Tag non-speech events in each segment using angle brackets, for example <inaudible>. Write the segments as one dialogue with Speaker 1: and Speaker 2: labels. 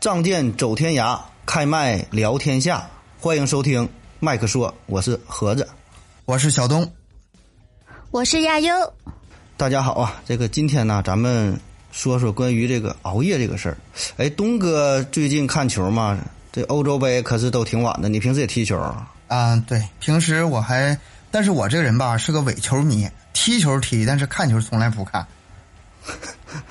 Speaker 1: 仗剑走天涯，开麦聊天下。欢迎收听麦克说，我是盒子。
Speaker 2: 我是小东，
Speaker 3: 我是亚优，
Speaker 1: 大家好啊，这个今天呢，咱们说说关于这个熬夜这个事儿。哎，东哥最近看球嘛？这欧洲杯可是都挺晚的。你平时也踢球啊？
Speaker 2: 啊，对，平时我还，但是我这个人吧是个伪球迷，踢球踢，但是看球从来不看。呃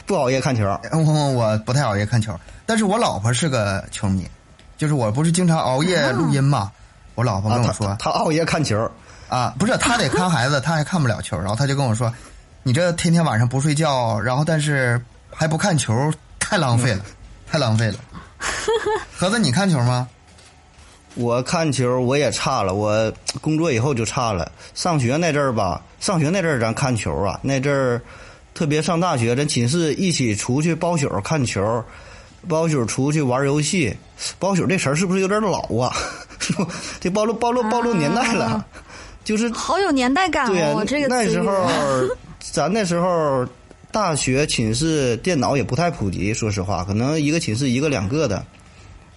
Speaker 1: 不熬夜看球？啊
Speaker 2: 我我不太熬夜看球，但是我老婆是个球迷，就是我不是经常熬夜录音嘛，我老婆跟
Speaker 1: 啊，
Speaker 2: 我
Speaker 1: 他
Speaker 2: 说
Speaker 1: 他熬夜看球，
Speaker 2: 啊，不是她得看孩子，她还看不了球，然后她就跟我说，你这天天晚上不睡觉，然后但是还不看球，太浪费了，太浪费了。盒子，你看球吗？
Speaker 1: 我看球我也差了，我工作以后就差了。上学那阵儿吧，上学那阵儿咱看球啊，那阵儿特别上大学，咱寝室一起出去包宿看球，包宿出去玩游戏。包宿这词儿是不是有点老啊？ <laughs> 是不这暴露暴露暴露年代了，就是
Speaker 3: 好有年代感
Speaker 1: 对呀、
Speaker 3: 哦！这个
Speaker 1: 那
Speaker 3: 词
Speaker 1: 时
Speaker 3: 语
Speaker 1: 候
Speaker 3: <laughs>
Speaker 1: 咱那时候大学寝室电脑也不太普及，说实话，可能一个寝室一个两个的，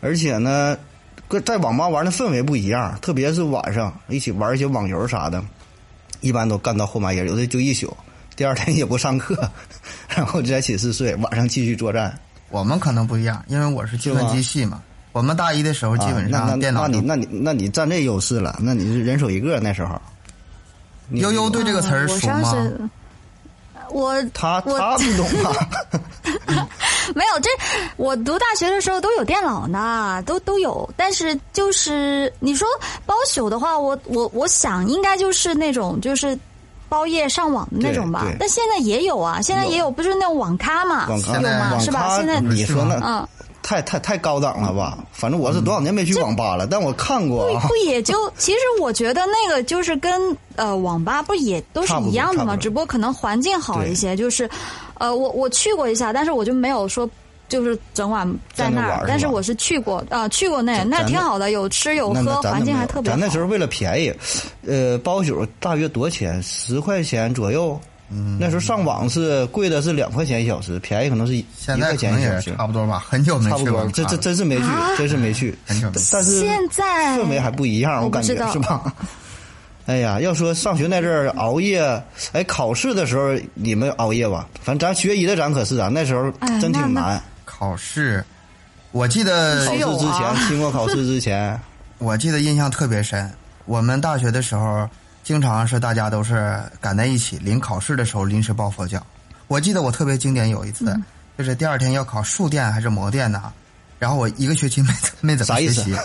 Speaker 1: 而且呢，各在网吧玩的氛围不一样，特别是晚上一起玩一些网游啥的，一般都干到后半夜，有的就一宿，第二天也不上课，然后就在寝室睡，晚上继续作战。
Speaker 2: 我们可能不一样，因为我是计算
Speaker 1: 是吗
Speaker 2: 机系嘛，我们大一的时候基本
Speaker 1: 啊、
Speaker 2: 上
Speaker 1: 那
Speaker 2: 电脑
Speaker 1: 那
Speaker 2: 都
Speaker 1: 那你那你那你占这优势了，那你是人手一个那时候。你
Speaker 2: 悠悠对这个词儿
Speaker 3: 哎我
Speaker 2: 熟
Speaker 3: 上
Speaker 2: 吗？
Speaker 3: 次呃我
Speaker 1: 他
Speaker 3: 我
Speaker 1: 他不懂
Speaker 3: <laughs>
Speaker 1: 啊。
Speaker 3: 没有这，我读大学的时候都有电脑呢，都都有。但是就是你说包宿的话，我我我想应该就是那种就是包夜上网的那种吧
Speaker 1: 对对。
Speaker 3: 但现在也有啊，现在也有，不是那种网咖嘛，
Speaker 1: 网咖
Speaker 3: 有嘛
Speaker 1: 网
Speaker 3: 是吧？
Speaker 1: 咖
Speaker 3: 啊现在
Speaker 1: 你说那
Speaker 3: 嗯，
Speaker 1: 太太太高档了吧？反正我是多少年没去网吧了，但我看过啊
Speaker 3: 不。也就其实我觉得那个就是跟呃网吧不也都是
Speaker 1: 差不多
Speaker 3: 一样的
Speaker 1: 差不
Speaker 3: 嘛，
Speaker 1: 多
Speaker 3: 只不过可能环境好一些。就是，呃，我我去过一下，但是我就没有说就是整晚在那
Speaker 1: 在那玩
Speaker 3: 儿
Speaker 1: 是吧，
Speaker 3: 但是我是去过啊、呃去过那
Speaker 1: 咱
Speaker 3: 那
Speaker 1: 咱
Speaker 3: 挺
Speaker 1: 那
Speaker 3: 好的，有吃有
Speaker 1: 那
Speaker 3: 喝
Speaker 1: 那，咱
Speaker 3: 环
Speaker 1: 那
Speaker 3: 境
Speaker 1: 没
Speaker 3: 还
Speaker 1: 有
Speaker 3: 特别
Speaker 1: 咱
Speaker 3: 好。
Speaker 1: 那时候为了便宜，呃，包宿大约多少钱？十块钱左右。嗯，那时候上网是贵的是两块钱一小时，便宜可能是一
Speaker 2: 现
Speaker 1: 一
Speaker 2: 在
Speaker 1: 块
Speaker 2: 可
Speaker 1: 钱
Speaker 2: 能
Speaker 1: 一小
Speaker 2: 也
Speaker 1: 时，
Speaker 2: 差不多吧，很久没
Speaker 1: 差
Speaker 2: 去
Speaker 1: 不多
Speaker 2: 网。
Speaker 1: 这
Speaker 2: 咖
Speaker 1: 这
Speaker 2: 了
Speaker 1: 真是没去，真是没去。
Speaker 2: 很久没
Speaker 1: 但是
Speaker 3: 啊现在
Speaker 1: 氛围还不一样，我
Speaker 3: 嗯我不
Speaker 1: 感觉
Speaker 3: 知道
Speaker 1: 是吧？ <laughs> 哎呀，要说上学那阵儿熬夜，哎，考试的时候你们熬夜吧？反正咱学医的咱可是啊，那时候
Speaker 3: 哎
Speaker 1: 真
Speaker 3: 那
Speaker 1: 挺
Speaker 3: 那
Speaker 1: 难。
Speaker 2: 考试，我记得
Speaker 1: 考
Speaker 3: 只
Speaker 1: 试
Speaker 3: 有
Speaker 1: 之前
Speaker 3: 啊，
Speaker 1: 期末考试之
Speaker 2: <laughs>
Speaker 1: 前，
Speaker 2: 我记得印象特别深，我们大学的时候经常是大家都是赶在一起，临考试的时候临时抱佛脚。我记得我特别经典有一
Speaker 1: 嗯
Speaker 2: 次，就是第二天要考数电还是模电呢，然后我一个学期没没怎么
Speaker 1: 啥意
Speaker 2: 学
Speaker 1: 思
Speaker 2: 习，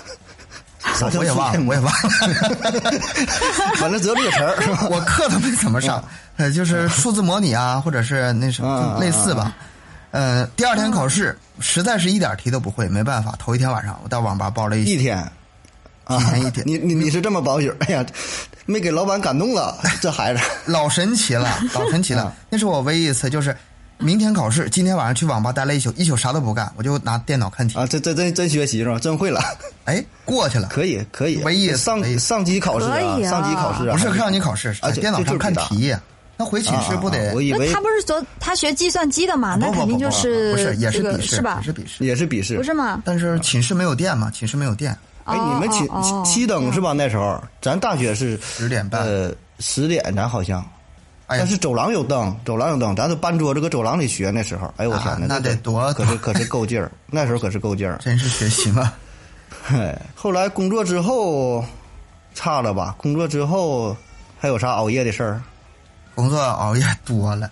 Speaker 1: 啥叫
Speaker 2: 我也忘了，
Speaker 1: <laughs>
Speaker 2: 我也忘了。
Speaker 1: 反正只有这个词儿，是吧？
Speaker 2: 我课都没怎么
Speaker 1: <laughs>
Speaker 2: 上，呃，就是数字模拟啊，或者是那什
Speaker 1: 嗯
Speaker 2: 么
Speaker 1: 嗯
Speaker 2: 类似吧。呃，第二天考试，实在是一点题都不会，没办法。头一天晚上，我到网吧包了一宿
Speaker 1: 一天啊
Speaker 2: <laughs> 一
Speaker 1: <laughs>
Speaker 2: 天一，天
Speaker 1: 你你你是这么保守？哎呀，没给老板感动了，这孩子。
Speaker 2: 老神奇
Speaker 1: <laughs>
Speaker 2: 了，老神奇
Speaker 1: 嗯
Speaker 2: 了。那是我唯一一次，就是明天考试，今天晚上去网吧待了一宿，一宿啥都不干，我就拿电脑看题，
Speaker 1: 啊，这这真真学习是吧？真会了，
Speaker 2: 哎，过去了。
Speaker 1: 可以可以。
Speaker 2: 唯一
Speaker 1: 上
Speaker 2: 唯一
Speaker 1: 上机考试
Speaker 3: 可以啊
Speaker 1: 上机考试啊，
Speaker 2: 不是
Speaker 1: 还
Speaker 2: 让你考试，是
Speaker 1: 啊
Speaker 2: 在
Speaker 1: 就
Speaker 2: 电脑
Speaker 1: 就
Speaker 2: 上看
Speaker 1: 就是
Speaker 2: 题。那回寝室不
Speaker 1: 啊啊啊
Speaker 2: 得
Speaker 1: 我？以为啊
Speaker 3: 那他不是说他学计算机的嘛？啊那
Speaker 2: 不不
Speaker 3: 肯
Speaker 2: 不
Speaker 3: 定
Speaker 2: 不
Speaker 3: 就
Speaker 2: 不是，也
Speaker 3: 这
Speaker 2: 是
Speaker 3: 个
Speaker 2: 笔试，
Speaker 3: 吧
Speaker 2: 也？是笔试。
Speaker 1: 也是笔试，
Speaker 3: 不是吗？
Speaker 2: 但是寝室没有电嘛，寝室没有电，
Speaker 1: 哎，你们寝
Speaker 3: 哦哦哦
Speaker 1: 熄灯是吧？那时候咱大学是
Speaker 2: 十点半。
Speaker 1: 呃十点，咱好像，
Speaker 2: 哎呀
Speaker 1: 但是走廊有灯，走廊有灯，咱是搬桌子搁走廊里学那时候。哎呦我
Speaker 2: 啊
Speaker 1: 天哪，
Speaker 2: 那
Speaker 1: 这
Speaker 2: 得多
Speaker 1: 可是可是够劲儿，那时候可是够劲
Speaker 2: <laughs>
Speaker 1: 儿。
Speaker 2: 真是学习了。
Speaker 1: 嘿，后来工作之后差了吧？工作之后还有啥熬夜的事儿？
Speaker 2: 工作熬夜多了，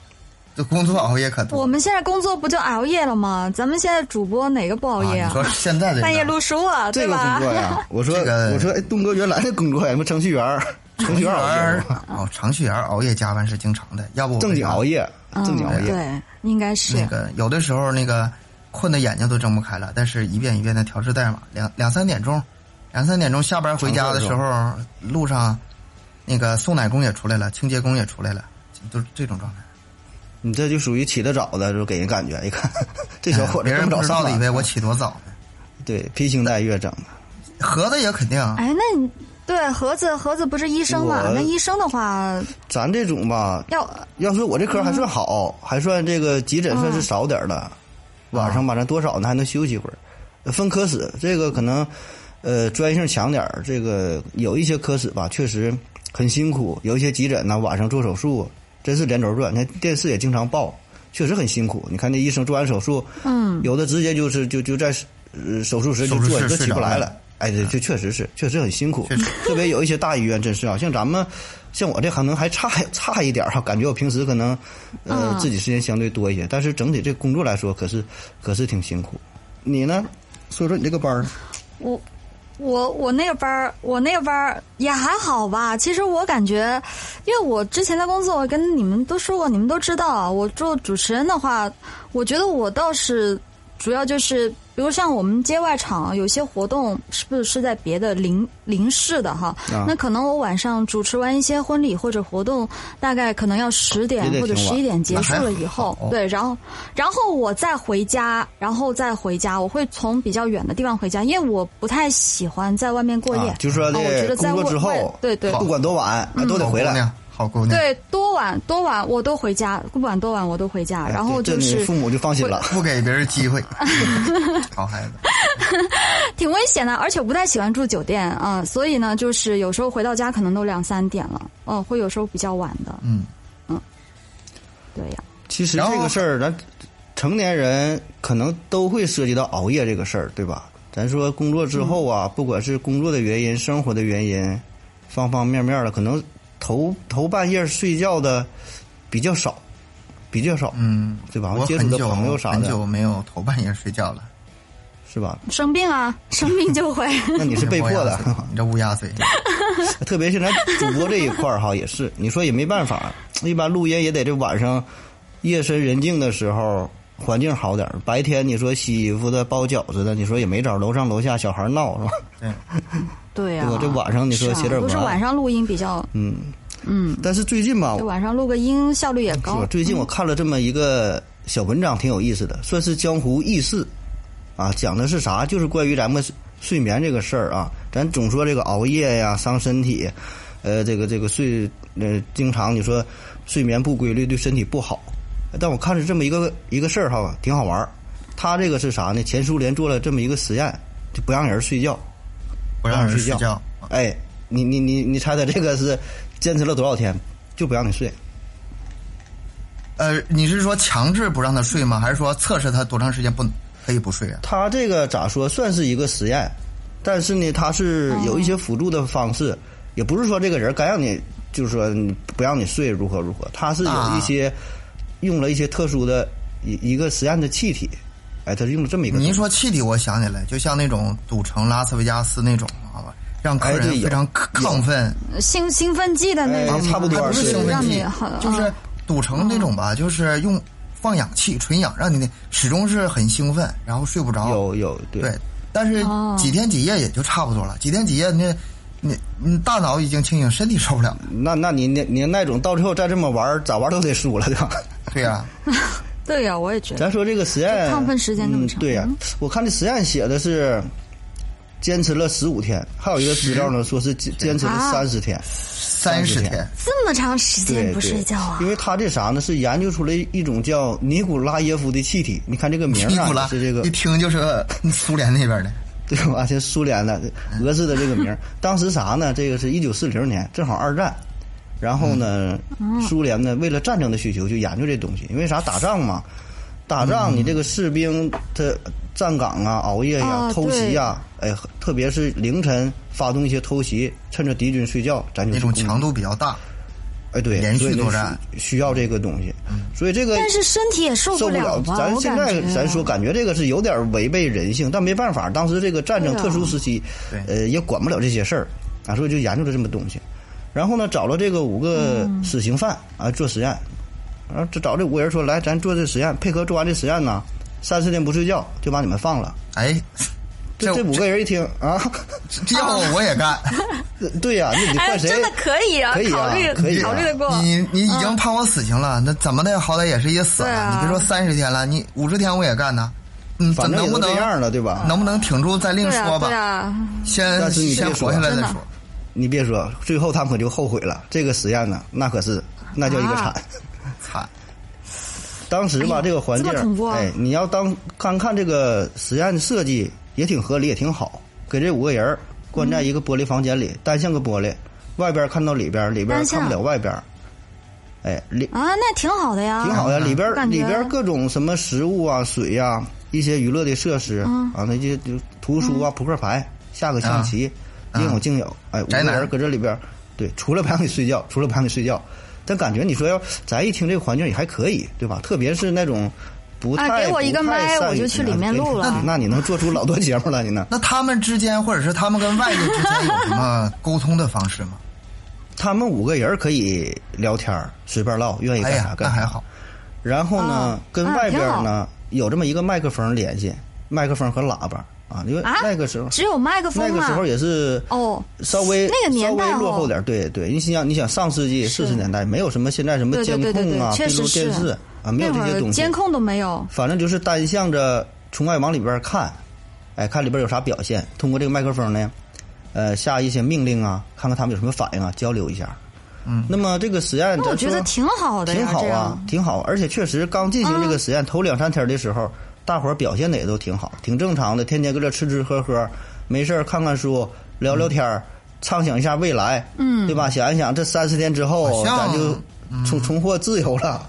Speaker 2: 这工作熬夜可
Speaker 3: 我
Speaker 2: 多。
Speaker 3: 们现在工作不就熬夜了吗？咱们现在主播哪个不熬夜
Speaker 2: 啊
Speaker 3: 啊
Speaker 1: 啊
Speaker 2: 你说现在的
Speaker 3: 半夜
Speaker 2: 人啊
Speaker 3: 录书啊，
Speaker 1: 这
Speaker 3: 对
Speaker 1: 个
Speaker 3: 吧？
Speaker 1: 工作呀，我说、
Speaker 2: 这个
Speaker 1: 我说，哎，东哥原来的工作呀，什么程序员儿，程序员儿熬夜吗，
Speaker 2: 哦，程序员熬夜加班是经常的，要不我
Speaker 1: 正经熬夜，正经熬
Speaker 3: 嗯、
Speaker 1: 夜。
Speaker 3: 对，应该是。
Speaker 2: 那个有的时候那个困的眼睛都睁不开了，但是一遍一遍的调试代码，两两三点钟，两三点钟下班回家的时候，路上那个送奶工也出来了，清洁工也出来了，都是这种状态。
Speaker 1: 你这就属于起得早的，就给人感觉一看， <laughs> 这小伙子
Speaker 2: 哎别人
Speaker 1: 更早
Speaker 2: 不知
Speaker 1: 上
Speaker 2: 道的
Speaker 1: 班
Speaker 2: 以为我起多早
Speaker 1: <laughs>
Speaker 2: 呢，
Speaker 1: 对披星戴月整的。
Speaker 2: 盒子也肯定啊
Speaker 3: 哎，那你对盒子盒子不是医生嘛
Speaker 1: 我？
Speaker 3: 那医生的话
Speaker 1: 咱这种吧，
Speaker 3: 要
Speaker 1: 要说我这科还算
Speaker 2: 嗯
Speaker 1: 好，还算这个急诊算是少点儿了。晚上吧，咱多少呢还能休息一会儿。分科室，这个可能呃专业性强点儿，这个有一些科室吧，确实很辛苦，有一些急诊呢晚上做手术，真是连轴转。你看电视也经常报，确实很辛苦。你看那医生做完手术，嗯，有的直接就是就就在呃手术室就
Speaker 2: 手术
Speaker 1: 坐
Speaker 2: 室
Speaker 1: 着都
Speaker 2: 睡
Speaker 1: 起不
Speaker 2: 着
Speaker 1: 来
Speaker 2: 了啊
Speaker 1: 了。哎，对，这确实是，确实很辛苦
Speaker 2: 确实。
Speaker 1: 特别有一些大医院，真是啊，像咱们，像我这可能还差差一点儿哈、啊感觉我平时可能，呃，
Speaker 3: 嗯
Speaker 1: 自己时间相对多一些，但是整体这工作来说，可是可是挺辛苦。你呢？说说你这个班儿，
Speaker 3: 我我我那个班儿，我那个班儿也还好吧。其实我感觉，因为我之前的工作，我跟你们都说过，你们都知道，啊我做主持人的话，我觉得我倒是主要就是，比如像我们接外场有些活动，是不是是在别的邻邻市的哈？
Speaker 1: 啊
Speaker 3: 那可能我晚上主持完一些婚礼或者活动，大概可能要十点
Speaker 1: 也得
Speaker 3: 或者
Speaker 1: 挺
Speaker 3: 十
Speaker 1: 晚
Speaker 3: 一点结束
Speaker 2: 那还
Speaker 3: 了以后
Speaker 2: 好，
Speaker 3: 对，然后然后我再回家，然后再回家，我会从比较远的地方回家，因为我不太喜欢在外面过夜。
Speaker 1: 啊，就说
Speaker 3: 啊我觉
Speaker 1: 这
Speaker 3: 得在
Speaker 1: 工作
Speaker 3: 外
Speaker 1: 之后，
Speaker 3: 对嗯对
Speaker 1: 不管多晚、哎都得
Speaker 2: 嗯好姑
Speaker 1: 回来。
Speaker 2: 娘，好姑娘，
Speaker 3: 对，多晚多晚我都回家，不管多晚我都回
Speaker 2: 啊
Speaker 3: 家，
Speaker 1: 哎
Speaker 3: 然后
Speaker 1: 这
Speaker 3: 就
Speaker 1: 这
Speaker 3: 是
Speaker 1: 你父母就放心了。
Speaker 2: 不给别人机会， <laughs> 好孩子。
Speaker 3: 挺危险的，而且我不太喜欢住酒店啊、嗯所以呢，就是有时候回到家可能都两三点了，嗯、会有时候比较晚的，
Speaker 2: 嗯，
Speaker 3: 对呀、
Speaker 1: 其实
Speaker 2: 然
Speaker 1: 这
Speaker 2: 后
Speaker 1: 个事儿，咱成年人可能都会涉及到熬夜这个事儿，对吧？咱说工作之后
Speaker 2: 嗯
Speaker 1: 啊，不管是工作的原因、生活的原因，方方面面的，可能头头半夜睡觉的比较少，比较少，
Speaker 2: 嗯，
Speaker 1: 对吧？
Speaker 2: 我
Speaker 1: 接触
Speaker 2: 很
Speaker 1: 的
Speaker 2: 久
Speaker 1: 朋友啥
Speaker 2: 很
Speaker 1: 的，
Speaker 2: 久没有头半夜睡觉了，
Speaker 1: 是吧？
Speaker 3: 生病啊，生病
Speaker 1: <laughs>
Speaker 3: 就会。
Speaker 1: 那你是被迫的，
Speaker 2: 你这乌
Speaker 1: <laughs>
Speaker 2: 鸦嘴，
Speaker 1: 特别现在主播这一块儿哈，也是你说也没办法，一般录音也得这晚上夜深人静的时候，环境好点儿。白天你说洗衣服的、包饺子的，你说也没找楼上楼下小孩闹是吧？ <laughs>
Speaker 3: 对呀、
Speaker 1: 对吧这晚上你说
Speaker 3: 是
Speaker 1: 写点
Speaker 3: 啊、都是
Speaker 1: 文案
Speaker 3: 晚上录音比较，
Speaker 1: 嗯
Speaker 3: 嗯，
Speaker 1: 但是最近吧，
Speaker 3: 就
Speaker 1: 我
Speaker 3: 晚上录个音效率
Speaker 1: <laughs>
Speaker 3: 也
Speaker 1: 是吧
Speaker 3: 高？。
Speaker 1: 最近我看了这么一个小文章，挺有意思的，算是江湖轶事啊，讲的是啥？就是关于咱们睡睡眠这个事儿啊。咱总说这个熬夜呀伤身体，呃，这个这个睡呃，经常你说睡眠不规律对身体不好。但我看着这么一个一个事儿哈，挺好玩儿。他这个是啥呢？前苏联做了这么一个实验，就不让人睡觉。
Speaker 2: 不让人
Speaker 1: 睡
Speaker 2: 睡
Speaker 1: 觉
Speaker 2: 觉。
Speaker 1: 哎，你你你你猜猜这个是坚持了多少天？就不让你睡。
Speaker 2: 呃，你是说强制不让他睡吗？还是说测试他多长时间不可以不睡啊？
Speaker 1: 他这个咋说，算是一个实验，但是呢，他是有一些辅助的方式，也不是说这个人该让你，就是说你不让你睡如何如何，他是有
Speaker 3: 啊
Speaker 1: 一些、用了一些特殊的一一个实验的气体，哎，他是用了这么一个东西。
Speaker 2: 你一说气体，我想起来，就像那种赌城拉斯维加斯那种，好吧，让客
Speaker 1: 哎
Speaker 2: 人
Speaker 1: 对有
Speaker 2: 非常亢亢奋，
Speaker 3: 兴兴奋剂的那种
Speaker 1: 哎
Speaker 3: 吗，
Speaker 1: 差不多
Speaker 2: 还不是
Speaker 1: 是
Speaker 2: 兴奋
Speaker 3: 让你嗯
Speaker 2: 剂
Speaker 3: 很，
Speaker 2: 就是赌城那种吧，就是用放氧气、纯氧，让你那始终是很兴奋，然后睡不着。
Speaker 1: 有有对
Speaker 2: 对，但是
Speaker 3: 哦
Speaker 2: 几天几夜也就差不多了。几天几夜，那你你大脑已经清醒，身体受不了。
Speaker 1: 那那你你你那种到最后再这么玩儿，咋玩儿都得输了，对吧？
Speaker 2: 对呀、
Speaker 3: 对呀、我也觉得。
Speaker 1: 咱说这个实验，
Speaker 3: 就亢奋时间那么长
Speaker 1: 嗯、对呀、我看这实验写的是坚持了十五天，还有一个资料呢，说是坚坚持了
Speaker 3: 啊
Speaker 1: 三十天。
Speaker 2: 三十
Speaker 1: 天
Speaker 2: 天，
Speaker 3: 这么长时间
Speaker 1: 对
Speaker 3: 不睡觉啊
Speaker 1: 对？因为他这啥呢？是研究出来一种叫尼古拉耶夫的气体。你看这个名
Speaker 2: 尼
Speaker 1: 儿
Speaker 2: 古
Speaker 1: 啊，
Speaker 2: 拉
Speaker 1: 是这个
Speaker 2: 一
Speaker 1: <laughs>
Speaker 2: 听就是苏联那边的，
Speaker 1: 对吧？这苏联的俄式的这个名儿。当时啥呢？这个是一九四零年，正好二战。然后呢，苏联呢为了战争的需求就研究这东西，因为啥？打仗嘛，打仗你这个士兵他站岗啊、熬夜呀、
Speaker 3: 啊
Speaker 1: 偷袭呀、哎，特别是凌晨发动一些偷袭，趁着敌军睡觉，咱就嗯
Speaker 2: 那
Speaker 1: 去
Speaker 2: 种
Speaker 1: 攻击
Speaker 2: 强度比较大。
Speaker 1: 哎对，
Speaker 2: 连续
Speaker 1: 所以就
Speaker 2: 作战
Speaker 1: 需需要这个东西，所以这个
Speaker 3: 嗯但是身体也受
Speaker 1: 受不
Speaker 3: 了吧？
Speaker 1: 咱
Speaker 3: 我
Speaker 1: 现
Speaker 3: 感
Speaker 1: 在
Speaker 3: 觉
Speaker 1: 咱说，感觉这个是有点违背人性，但没办法，当时这个战争
Speaker 3: 对啊
Speaker 1: 特殊时期，
Speaker 2: 对
Speaker 1: 呃，也管不了这些事儿啊，所以就研究了这么东西。然后呢，找了这个五个
Speaker 3: 嗯
Speaker 1: 死刑犯啊做实验，然后这找这五个人说来，咱做这实验，配合做完这实验呢，三十天不睡觉就把你们放了。
Speaker 2: 哎，
Speaker 1: 这
Speaker 2: 这
Speaker 1: 这五个啊人一听啊， <laughs>
Speaker 2: 这要我我也干，
Speaker 1: 对呀、那你
Speaker 3: 哎，
Speaker 1: 换谁？
Speaker 3: 真的可以啊，
Speaker 1: 可以啊
Speaker 3: 考虑
Speaker 1: 可以啊
Speaker 3: 考虑得过。嗯
Speaker 2: 你你已经判我死刑了，那怎么的好歹也是也死
Speaker 3: 对啊
Speaker 2: 了，你别说三十天了，你五十天我也干呢。嗯，
Speaker 1: 反
Speaker 2: 怎
Speaker 1: 正
Speaker 2: 能
Speaker 1: 也
Speaker 2: 不
Speaker 1: 都
Speaker 2: 能
Speaker 1: 这样了，对吧？
Speaker 2: 能不能挺住再另
Speaker 3: 对
Speaker 2: 说
Speaker 3: 啊，
Speaker 2: 吧
Speaker 3: 对，啊，
Speaker 2: 先
Speaker 1: 但是你
Speaker 2: 先
Speaker 1: 别说
Speaker 2: 活下来再
Speaker 3: 真的
Speaker 2: 说。
Speaker 1: 你别说，最后他们可就后悔了。这个实验呢，那可是那叫一个惨。
Speaker 3: 啊
Speaker 2: 惨，
Speaker 1: 当时吧，
Speaker 3: 哎呦
Speaker 1: 这个环境
Speaker 3: 这么恐怖，啊
Speaker 1: 哎，你要当看看这个实验的设计，也挺合理，也挺好。给这五个人儿关在一个玻璃房间里，单向个玻璃，外边看到里边，里边
Speaker 3: 单向
Speaker 1: 看不了外边。哎，里
Speaker 3: 啊，那挺好的呀，
Speaker 1: 挺好呀，里边
Speaker 3: 啊感觉
Speaker 1: 里边各种什么食物啊、水呀、一些娱乐的设施、
Speaker 3: 嗯
Speaker 1: 啊，那些就图书啊、扑克牌、下个象棋，
Speaker 2: 啊
Speaker 1: 应有尽有。哎，五个
Speaker 2: 宅男
Speaker 1: 人搁这里边，对，除了不让你睡觉，除了不让你睡觉，但感觉你说要咱一听这个环境也还可以，对吧？特别是那种不太、
Speaker 3: 啊给我一个
Speaker 1: 不太
Speaker 3: 麦
Speaker 1: 善于
Speaker 3: 我就去里面录
Speaker 1: <laughs>
Speaker 3: 了
Speaker 1: 那你那你能做出老多节目了，你呢？
Speaker 2: 那他们之间，或者是他们跟外界之间有什么沟通的
Speaker 1: <laughs>
Speaker 2: 方式吗？
Speaker 1: 他们五个人可以聊天儿，随便唠，愿意
Speaker 2: 哎
Speaker 1: 干
Speaker 2: 呀
Speaker 1: 啥，
Speaker 2: 那
Speaker 1: 干啥。
Speaker 2: 还好，
Speaker 1: 然后呢，
Speaker 3: 啊
Speaker 1: 跟
Speaker 3: 啊
Speaker 1: 外
Speaker 3: 挺
Speaker 1: 边
Speaker 3: 好
Speaker 1: 呢、有这么一个麦克风联系，麦克风和喇叭啊，因为
Speaker 3: 啊
Speaker 1: 那个时候、
Speaker 3: 只有麦克风
Speaker 1: 那
Speaker 3: 啊。
Speaker 1: 个时候也是
Speaker 3: 哦，
Speaker 1: 稍微、
Speaker 3: 那个年代
Speaker 1: 稍微落
Speaker 3: 哦
Speaker 1: 后点儿，对对，你想你想上世纪四十年代没有什么现在什么
Speaker 3: 对对
Speaker 1: 监
Speaker 3: 对对
Speaker 1: 控啊、
Speaker 3: 对确
Speaker 1: 闭路
Speaker 3: 实是
Speaker 1: 电视啊，没有
Speaker 3: 那
Speaker 1: 这
Speaker 3: 会
Speaker 1: 些
Speaker 3: 儿
Speaker 1: 东西
Speaker 3: 监，控都没有，
Speaker 1: 反正就是单向着从外往里边看，哎，看里边有啥表现，通过这个麦克风呢，呃，下一些命令啊，看看他们有什么反应啊，交流一下。
Speaker 2: 嗯，
Speaker 1: 那么这个实验，
Speaker 3: 那我
Speaker 1: 咱
Speaker 3: 觉
Speaker 1: 说
Speaker 3: 得挺好的呀，
Speaker 1: 挺好
Speaker 3: 这
Speaker 1: 啊
Speaker 3: 样，
Speaker 1: 挺好，而且确实刚进行这个实验、头两三天的时候，大伙儿表现的也都挺好，挺正常的，天天搁这吃吃喝喝，没事儿看看书，聊聊天儿，畅想一下未来，嗯，对吧？想一想这三十天之后，
Speaker 2: 好像嗯
Speaker 1: 咱就重重获自由了，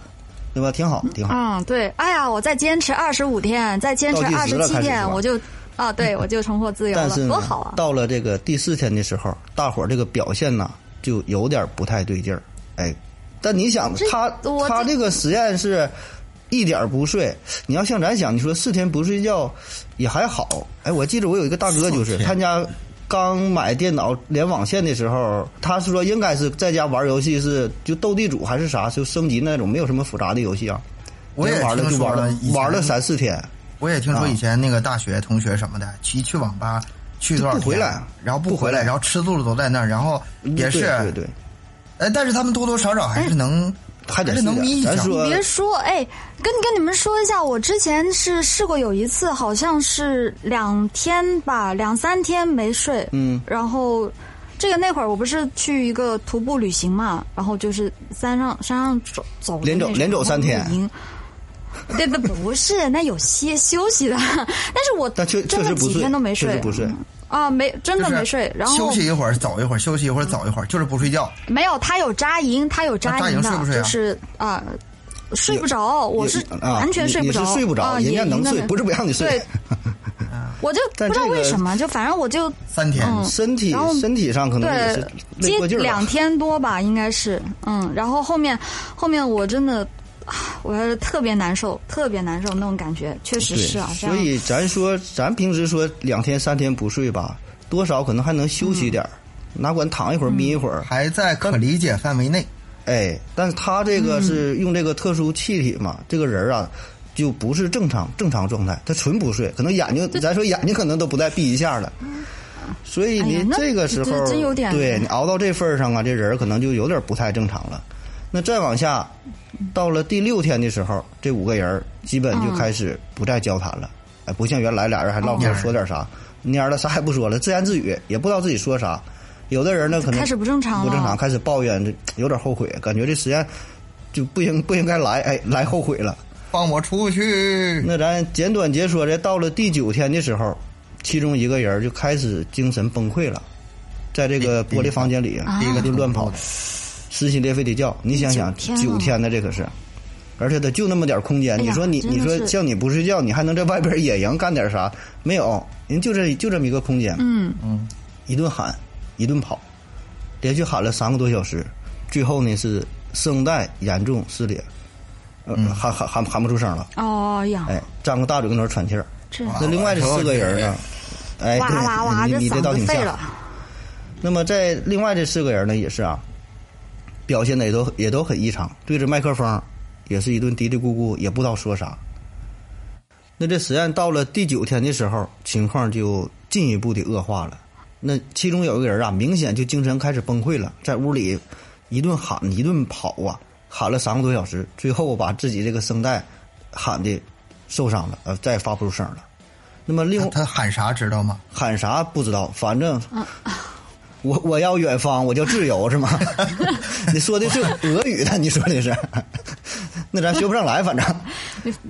Speaker 1: 对吧？挺好，挺好。
Speaker 3: 嗯，对，哎呀，我再坚持二十五天，再坚持
Speaker 1: 倒计
Speaker 3: 二
Speaker 1: 时
Speaker 3: 十
Speaker 1: 了
Speaker 3: 七
Speaker 1: 开始是
Speaker 3: 天，
Speaker 1: 吧
Speaker 3: 我就啊，对我就重获自由
Speaker 1: 但
Speaker 3: 了
Speaker 1: 是，呢，
Speaker 3: 多好啊！
Speaker 1: 到了这个第四天的时候，大伙儿这个表现呢就有点不太对劲儿，哎，但你想
Speaker 3: 这
Speaker 1: 他
Speaker 3: 我
Speaker 1: 他
Speaker 3: 这
Speaker 1: 这个实验是。一点儿不睡，你要像咱想，你说四天不睡觉也还好。哎，我记得我有一个大哥，就是他家刚买电脑连网线的时候，他是说应该是在家玩游戏是就斗地主还是啥，就升级那种没有什么复杂的游戏啊。
Speaker 2: 我也
Speaker 1: 玩了
Speaker 2: 听
Speaker 1: 就
Speaker 2: 说
Speaker 1: 玩
Speaker 2: 了
Speaker 1: 了
Speaker 2: 以前
Speaker 1: 玩了啊三四天，
Speaker 2: 我也听说以前那个大学同学什么的，去去网吧去多少天
Speaker 1: 不回来
Speaker 2: 然后不
Speaker 1: 不
Speaker 2: 回
Speaker 1: 回
Speaker 2: 来，
Speaker 1: 来嗯
Speaker 2: 然后吃住了都在那儿，然后也是，
Speaker 1: 对对对，
Speaker 2: 哎，但是他们多多少少还
Speaker 3: 哎
Speaker 2: 是能，
Speaker 1: 还得
Speaker 2: 还是能
Speaker 1: 睡
Speaker 2: 眯一
Speaker 1: 点咱
Speaker 2: 觉
Speaker 1: 说
Speaker 3: 别说，哎，跟跟你们说一下，我之前是试过有一次，好像是两天吧，两三天没睡，
Speaker 1: 嗯，
Speaker 3: 然后这个那会儿我不是去一个徒步旅行嘛，然后就是山上山上走走的
Speaker 1: 连走
Speaker 3: 那种
Speaker 1: 连走三天
Speaker 3: 然后
Speaker 1: <laughs>
Speaker 3: 露营。对不不是，那有歇休息的， <laughs> 但是我
Speaker 1: 但确
Speaker 3: 真
Speaker 1: 确
Speaker 3: 的
Speaker 1: 实不
Speaker 3: 几
Speaker 1: 睡，
Speaker 3: 天都没
Speaker 1: 确
Speaker 3: 睡
Speaker 1: 实不睡。
Speaker 3: 啊，没真
Speaker 2: 就
Speaker 3: 的
Speaker 2: 是
Speaker 3: 没睡，然后
Speaker 2: 休息一会儿，走一会儿，休息一会儿，走一会儿，就是不睡觉。
Speaker 3: 没有，他有扎营，他有扎营的，
Speaker 2: 那扎营睡不睡啊
Speaker 3: 就是啊、睡不着，我是
Speaker 1: 也啊
Speaker 3: 完全睡不
Speaker 1: 你
Speaker 3: 着，
Speaker 1: 你是睡不着，
Speaker 3: 啊、
Speaker 1: 人
Speaker 3: 野
Speaker 1: 家
Speaker 3: 营
Speaker 1: 能
Speaker 3: 的
Speaker 1: 睡
Speaker 3: 那，
Speaker 1: 不是不让你睡 <laughs>
Speaker 3: 对。我就不
Speaker 1: 但
Speaker 3: 知道
Speaker 1: 这个
Speaker 3: 为什么，就反正我就
Speaker 2: 三天，
Speaker 3: 嗯
Speaker 1: 身体
Speaker 3: 然后
Speaker 1: 身体上可能也
Speaker 3: 对
Speaker 1: 是累
Speaker 3: 接
Speaker 1: 过劲儿
Speaker 3: 两
Speaker 1: 了。
Speaker 3: 天多吧，应该是嗯，然后后面后面我真的，啊我还是特别难受，特别难受那种感觉，确实
Speaker 1: 对，
Speaker 3: 是啊，这
Speaker 1: 所
Speaker 3: 样
Speaker 1: 以咱说，咱平时说两天三天不睡吧，多少可能还能休
Speaker 3: 嗯
Speaker 1: 息点儿，哪管躺一会儿眯一会儿。
Speaker 2: 还在可理解范围内。
Speaker 1: 哎，但是他这
Speaker 3: 嗯
Speaker 1: 个是用这个特殊气体嘛，这个人儿啊。就不是正常正常状态，他纯不睡，可能眼睛，咱说眼睛可能都不带闭一下了，所以
Speaker 3: 哎呀
Speaker 1: 你
Speaker 3: 那
Speaker 1: 这个时候，
Speaker 3: 这真有点
Speaker 1: 对你熬到这份儿上啊，这人儿可能就有点不太正常了。那再往下，
Speaker 3: 嗯
Speaker 1: 到了第六天的时候，这五个人儿基本就开始不再交谈了，哎，不像原来俩人还唠嗑
Speaker 2: 哦
Speaker 1: 说点啥，蔫儿了啥也不说了，自言自语，也不知道自己说啥。有的人呢，可能
Speaker 3: 开始不正常了，啊
Speaker 1: 不正常，开始抱怨，这有点后悔，感觉这实验就不应不应该来，哎，来后悔了。
Speaker 2: 放我出去！
Speaker 1: 那咱简短截说，这到了第九天的时候，其中一个人就开始精神崩溃了，在这个玻璃房间里
Speaker 3: 啊，
Speaker 1: 第一个就乱跑，撕心裂肺的叫。你想想，
Speaker 3: 九天啊
Speaker 1: 九天的这可是，而且他就那么点空间，
Speaker 3: 哎呀
Speaker 1: 你说你
Speaker 3: 真的
Speaker 1: 你说
Speaker 3: 是
Speaker 1: 像你不睡觉，你还能在外边野营干点啥？没有，人就这就这么一个空间，
Speaker 3: 嗯，
Speaker 1: 一顿喊，一顿跑，连续喊了三个多小时，最后呢是声带严重撕裂，呃，喊喊喊喊不出声了。
Speaker 3: 哦呀，
Speaker 1: 哎，张个大嘴跟那儿喘气儿。
Speaker 3: 这
Speaker 1: 那另外这四个人呢？哎，
Speaker 3: 哇
Speaker 1: 对
Speaker 3: 哇哇，
Speaker 1: 你
Speaker 3: 这
Speaker 1: 你这
Speaker 3: 嗓
Speaker 1: 倒
Speaker 3: 子
Speaker 1: 挺
Speaker 3: 废
Speaker 1: 像
Speaker 3: 了。，
Speaker 1: 那么在另外这四个人呢，也是啊，表现的也都也都很异常，对着麦克风也是一顿嘀嘀咕咕，也不知道说啥。那这实验到了第九天的时候，情况就进一步的恶化了。那其中有一个人啊，明显就精神开始崩溃了，在屋里一顿喊一顿跑啊，喊了三个多小时，最后把自己这个声带喊的受伤了，呃，再也发不出声了。那么另
Speaker 2: 他喊啥知道吗？
Speaker 1: 喊啥不知道，反正
Speaker 3: 嗯
Speaker 1: 我我要远方，我叫自由是
Speaker 3: <laughs>
Speaker 1: 吗？你说的是俄语的，你说的是，
Speaker 3: <laughs>
Speaker 1: 那咱学不上来，反正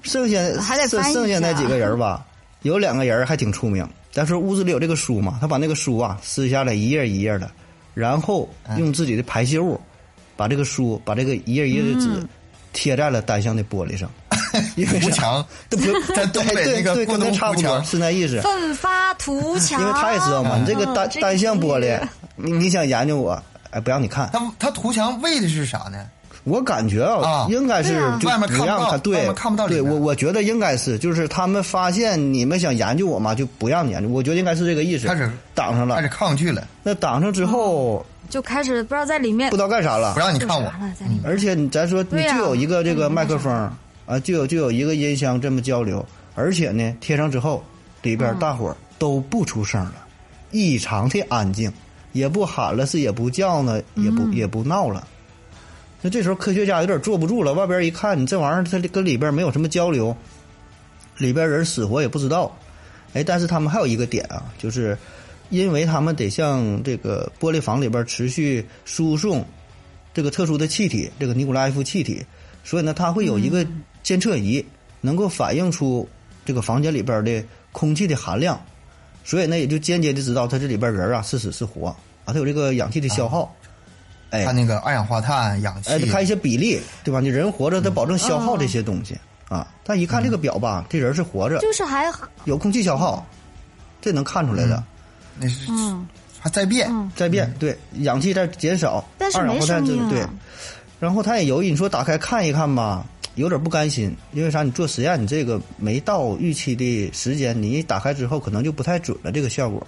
Speaker 1: 剩下
Speaker 3: 还得翻
Speaker 1: 剩
Speaker 3: 译一下 <laughs>
Speaker 1: 剩下那几个人吧，有两个人还挺出名，但是屋子里有这个书嘛，他把那个书啊撕下来一页一页的，然后
Speaker 2: 嗯
Speaker 1: 用自己的排泄物把这个书把这个一页一页的
Speaker 3: 嗯
Speaker 1: 纸贴在了单向的玻璃上，因为啥
Speaker 2: 无墙，
Speaker 1: 对 <laughs> 不
Speaker 2: 在东北那个
Speaker 1: 对对
Speaker 2: 过
Speaker 1: 跟他
Speaker 2: 冬
Speaker 1: 差
Speaker 2: 无
Speaker 1: 不多
Speaker 2: 墙
Speaker 1: 是那意思。
Speaker 3: 奋发图强，
Speaker 1: 因为他也知道嘛，你这个单
Speaker 3: 嗯
Speaker 1: 单向玻，
Speaker 3: 这
Speaker 1: 璃
Speaker 3: 个，
Speaker 1: 你你想研究我，哎，不让你看。
Speaker 2: 他他图强为的是啥呢？
Speaker 1: 我感觉啊
Speaker 2: 啊，
Speaker 1: 应该是
Speaker 3: 对啊
Speaker 1: 就
Speaker 2: 外面看
Speaker 1: 不
Speaker 2: 不
Speaker 1: 让
Speaker 2: 到
Speaker 1: 他
Speaker 2: 外
Speaker 1: 对
Speaker 2: 面看不到里
Speaker 1: 对
Speaker 2: 面
Speaker 1: 我我觉得应该是，就是他们发现你们想研究我嘛，就不让你研究。我觉得应该是这个意思
Speaker 2: 开始，
Speaker 1: 挡上
Speaker 2: 开
Speaker 1: 了
Speaker 2: 始。抗拒了，
Speaker 1: 那挡上之后，
Speaker 3: 就开始不知道在里面
Speaker 1: 不知道干啥了
Speaker 2: 不。让你
Speaker 3: 做
Speaker 2: 看我
Speaker 3: 啥。了在里面。
Speaker 1: 而且你咱说，你
Speaker 3: 嗯对呀嗯
Speaker 1: 就有一个这个麦克风啊，就有就有一个音箱这么交流，而且呢，贴上之后，里边大伙儿都不出声了，异常的安静，也不喊了，是也不叫呢，也
Speaker 3: 嗯
Speaker 1: 不也不闹了。那这时候科学家有点坐不住了，外边一看，你这玩意儿它跟里边没有什么交流，里边人死活也不知道。哎，但是他们还有一个点啊，就是因为他们得向这个玻璃房里边持续输送这个特殊的气体，这个尼古拉耶夫气体，所以呢，它会有一个监测仪，能够反映出这个房间里边的空气的含量，所以呢，也就间接的知道它这里边人啊是死是活啊，它有这个氧气的消耗，哎
Speaker 2: 他那个二氧化碳、氧气
Speaker 1: 哎，，看一些比例，对吧？你人活着，它保证消耗这些东西、啊，但一看这个表吧，这人是活着，
Speaker 3: 就是还
Speaker 1: 有空气消耗，这能看出来的。
Speaker 2: 那是
Speaker 3: 嗯，
Speaker 2: 还在变，
Speaker 1: 在变，对，氧气在减少，
Speaker 3: 但是
Speaker 1: 二氧
Speaker 3: 没
Speaker 1: 化碳
Speaker 3: 声
Speaker 1: 这
Speaker 3: 音
Speaker 1: 个
Speaker 3: 啊
Speaker 1: 对。然后他也犹豫，你说打开看一看吧，有点不甘心，因为啥？你做实验，你这个没到预期的时间，你一打开之后可能就不太准了，这个效果。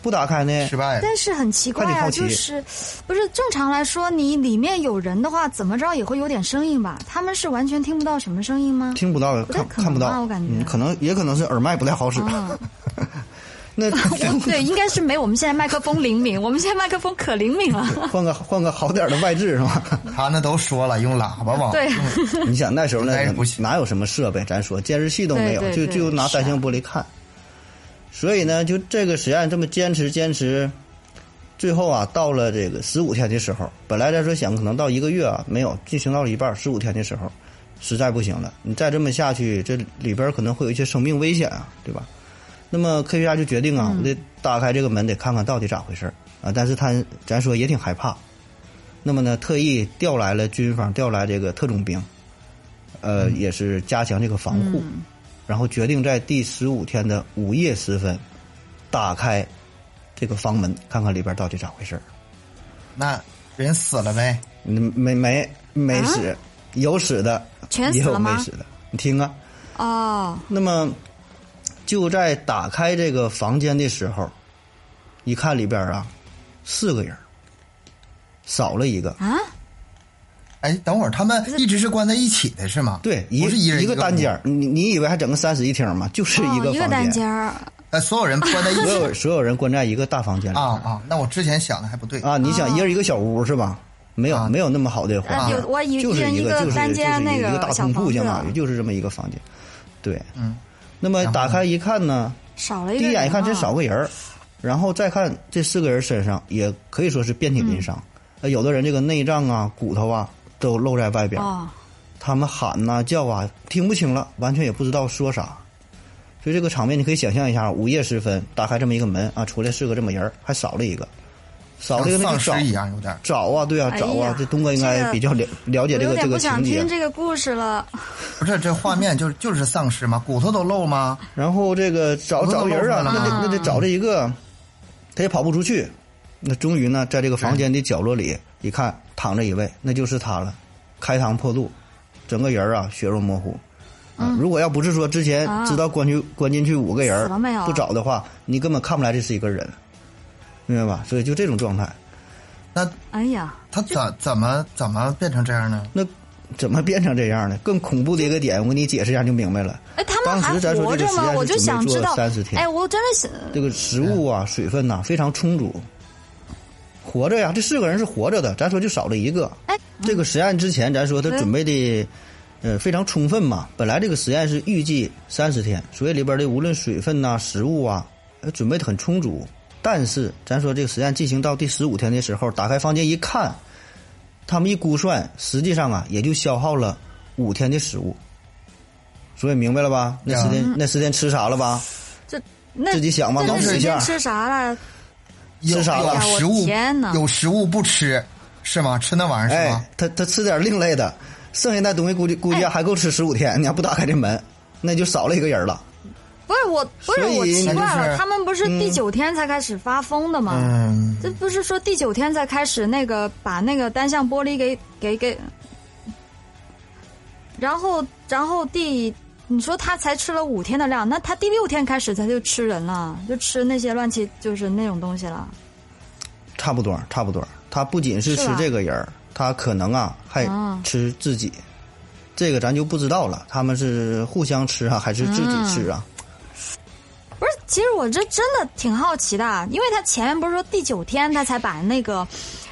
Speaker 1: 不打开呢
Speaker 2: 失，败了。
Speaker 3: 但是很奇怪
Speaker 1: 还得
Speaker 3: 啊，
Speaker 1: 好奇
Speaker 3: 就是不是正常来说，你里面有人的话，怎么着也会有点声音吧？他们是完全听不到什么声音吗？
Speaker 1: 听不到，
Speaker 3: 太
Speaker 1: 看
Speaker 3: 可能
Speaker 1: 看不
Speaker 3: 吧
Speaker 1: 到，
Speaker 3: 我感觉
Speaker 1: 嗯可能也可能是耳麦不太好使。
Speaker 3: 啊，
Speaker 1: <laughs> 那
Speaker 3: 我对，应该是没我们现在麦克风
Speaker 1: <laughs>
Speaker 3: 灵敏，我们现在麦克风可灵敏了。
Speaker 1: 换个换个好点儿的外置是吧？
Speaker 2: 他那都说了，用喇叭往
Speaker 3: 对，
Speaker 1: <laughs> 你想那时候
Speaker 2: 应该
Speaker 1: 那
Speaker 2: 是不行
Speaker 1: 哪有什么设备？咱说监视器都没有，
Speaker 3: 对对对
Speaker 1: 就就拿
Speaker 3: 是啊
Speaker 1: 单向玻璃看。所以呢，就这个实验这么坚持坚持，最后啊，到了这个十五天的时候，本来咱说想可能到一个月啊，没有进行到了一半，十五天的时候，实在不行了，你再这么下去，这里边可能会有一些生命危险啊，对吧？那么科学家就决定
Speaker 3: 嗯
Speaker 1: 啊，我得打开这个门，得看看到底咋回事儿啊。但是他咱说也挺害怕，那么呢，特意调来了军方，调来这个特种兵，呃，
Speaker 3: 嗯
Speaker 1: 也是加强这个防护，然后决定在第十五天的午夜时分打开这个房门，看看里边到底咋回事儿。
Speaker 2: 那人死了呗，
Speaker 1: 嗯没没没死，有死的，
Speaker 3: 啊全
Speaker 1: 也
Speaker 3: 死
Speaker 1: 有
Speaker 3: 了
Speaker 1: 没
Speaker 3: 吗
Speaker 1: 死的。你听啊，
Speaker 3: 哦，
Speaker 1: 那么就在打开这个房间的时候，一看里边啊，四个人儿，少了一个。
Speaker 3: 啊，
Speaker 2: 哎，等会儿他们一直是关在一起的是吗？
Speaker 1: 对，一
Speaker 2: 不是一人
Speaker 1: 个
Speaker 2: 个
Speaker 1: 单间
Speaker 2: 屋
Speaker 1: 儿，你你以为还整个三室一厅吗？就是
Speaker 3: 哦
Speaker 1: 个
Speaker 3: 一个
Speaker 1: 房
Speaker 3: 单间儿，
Speaker 2: 呃，所有人关在一
Speaker 1: 所
Speaker 2: 起
Speaker 1: 有所有人关在一个大房间里
Speaker 2: 啊啊！那我之前想的还不对，
Speaker 1: 啊！你想一人一个小屋是吧？没有、
Speaker 2: 啊
Speaker 1: 没有那么好的环
Speaker 3: 啊
Speaker 1: 境，
Speaker 3: 有我以为
Speaker 1: 就是
Speaker 3: 一人一
Speaker 1: 个
Speaker 3: 个
Speaker 1: 就是
Speaker 3: 单
Speaker 1: 就是
Speaker 3: 间
Speaker 1: 一
Speaker 3: 那
Speaker 1: 个
Speaker 3: 个
Speaker 1: 大
Speaker 3: 小
Speaker 1: 通
Speaker 3: 房
Speaker 1: 铺，
Speaker 3: 子
Speaker 1: 相
Speaker 3: 啊
Speaker 1: 当于就是这么一个房间。对，
Speaker 2: 嗯。
Speaker 1: 那么
Speaker 2: 然后
Speaker 1: 打
Speaker 2: 呢
Speaker 1: 开一看呢，
Speaker 3: 少了一
Speaker 1: 第
Speaker 3: 个
Speaker 1: 一
Speaker 3: 人啊。
Speaker 1: 眼一看真少个人儿，然后再看这四个人身上也可以说是遍体鳞伤，
Speaker 3: 嗯
Speaker 1: 呃有的人这个内脏啊、骨头啊都露在外边儿，
Speaker 3: 哦，
Speaker 1: 他们喊呐、叫啊，听不清了，完全也不知道说啥。所以这个场面你可以想象一下，午夜时分打开这么一个门啊，出来四个这么人儿，还少了一个，少了一个
Speaker 2: 像
Speaker 1: 那
Speaker 2: 丧
Speaker 1: 就
Speaker 2: 尸
Speaker 1: 找
Speaker 2: 一样有点儿。
Speaker 1: 找啊，对啊
Speaker 3: 哎呀
Speaker 1: 找啊，这东哥应
Speaker 3: 这
Speaker 1: 该
Speaker 3: 个
Speaker 1: 比较了了解
Speaker 3: 我
Speaker 1: 这
Speaker 3: 有
Speaker 1: 个这
Speaker 3: 点不
Speaker 1: 个
Speaker 3: 想
Speaker 1: 情啊节
Speaker 3: 听。这个故事了。
Speaker 2: 不是这画面就就是丧尸吗？骨头都露吗？
Speaker 1: 然后这个找
Speaker 2: 我都
Speaker 1: 找人啊，
Speaker 2: 弄
Speaker 1: 那
Speaker 2: 出来
Speaker 1: 得
Speaker 2: 了
Speaker 1: 那得找这一个，他也跑不出去。那终于呢，在这个
Speaker 3: 哎
Speaker 1: 房间的角落里，一看躺着一位，那就是他了，开膛破肚，整个人啊血肉模糊。啊，如果要不是说之前
Speaker 3: 嗯啊
Speaker 1: 知道关去关进去五个人
Speaker 3: 死了没有啊
Speaker 1: 不找的话，你根本看不来这是一个人，明白吧？所以就这种状态，
Speaker 2: 那
Speaker 3: 哎呀，
Speaker 2: 他怎怎么怎么变成这样呢？
Speaker 1: 那怎么变成这样呢？更恐怖的一个点，我给你解释一下你就明白了。
Speaker 3: 哎，他们
Speaker 1: 当
Speaker 3: 还
Speaker 1: 时咱说
Speaker 3: 活
Speaker 1: 这个
Speaker 3: 着
Speaker 1: 实
Speaker 3: 吗？
Speaker 1: 验是
Speaker 3: 我就
Speaker 1: 准备
Speaker 3: 想知
Speaker 1: 做
Speaker 3: 道
Speaker 1: 30。天
Speaker 3: 哎，我真的想，
Speaker 1: 这个食物啊、水分呐、非常充足，活着呀。这四个人是活着的，咱说就少了一个。
Speaker 3: 哎，
Speaker 1: 这个实验之前，咱说他准备的，呃，非常充分嘛。本来这个实验是预计三十天，所以里边的无论水分呐、食物啊，呃准备的很充足。但是咱说这个实验进行到第十五天的时候，打开房间一看，他们一估算，实际上啊，也就消耗了五天的食物。所以明白了吧？那
Speaker 2: 呀
Speaker 1: 十天那十天吃啥了吧？
Speaker 3: 那
Speaker 1: 自己想吧
Speaker 3: 那
Speaker 1: 当
Speaker 3: 段
Speaker 1: 时
Speaker 3: 时
Speaker 1: 一下
Speaker 3: 间吃啥了？
Speaker 2: 有
Speaker 1: 吃啥了
Speaker 2: 有
Speaker 3: 哎呀我
Speaker 2: 食物
Speaker 3: 天哪
Speaker 2: 有食物不吃是吗？吃那玩意儿是吗
Speaker 1: 哎？，他他吃点另类的，剩下那东西估计估
Speaker 3: 哎
Speaker 1: 计还够吃十五天。你要不打开这门，那就少了一个人了。
Speaker 3: 不是我，不是
Speaker 1: 所以
Speaker 3: 我奇
Speaker 1: 那就
Speaker 3: 怪
Speaker 1: 嗯
Speaker 3: 了，
Speaker 2: 是
Speaker 3: 他们不是第九天才开始发疯的
Speaker 1: 哎
Speaker 3: 吗？
Speaker 2: 嗯，
Speaker 3: 这不是说第九天才开始那个把那个单向玻璃给给给，然后然后第你说他才吃了五天的量，那他第六天开始他就吃人了，就吃那些乱七就是那种东西了。
Speaker 1: 差不多，差不多。他不仅是
Speaker 3: 是
Speaker 1: 吃
Speaker 3: 吧
Speaker 1: 这个人儿，他可能啊还
Speaker 3: 啊
Speaker 1: 吃自己，这个咱就不知道了。他们是互相吃啊，还是自己吃啊？
Speaker 3: 嗯不是，其实我这真的挺好奇的，因为他前面不是说第九天他才把那个，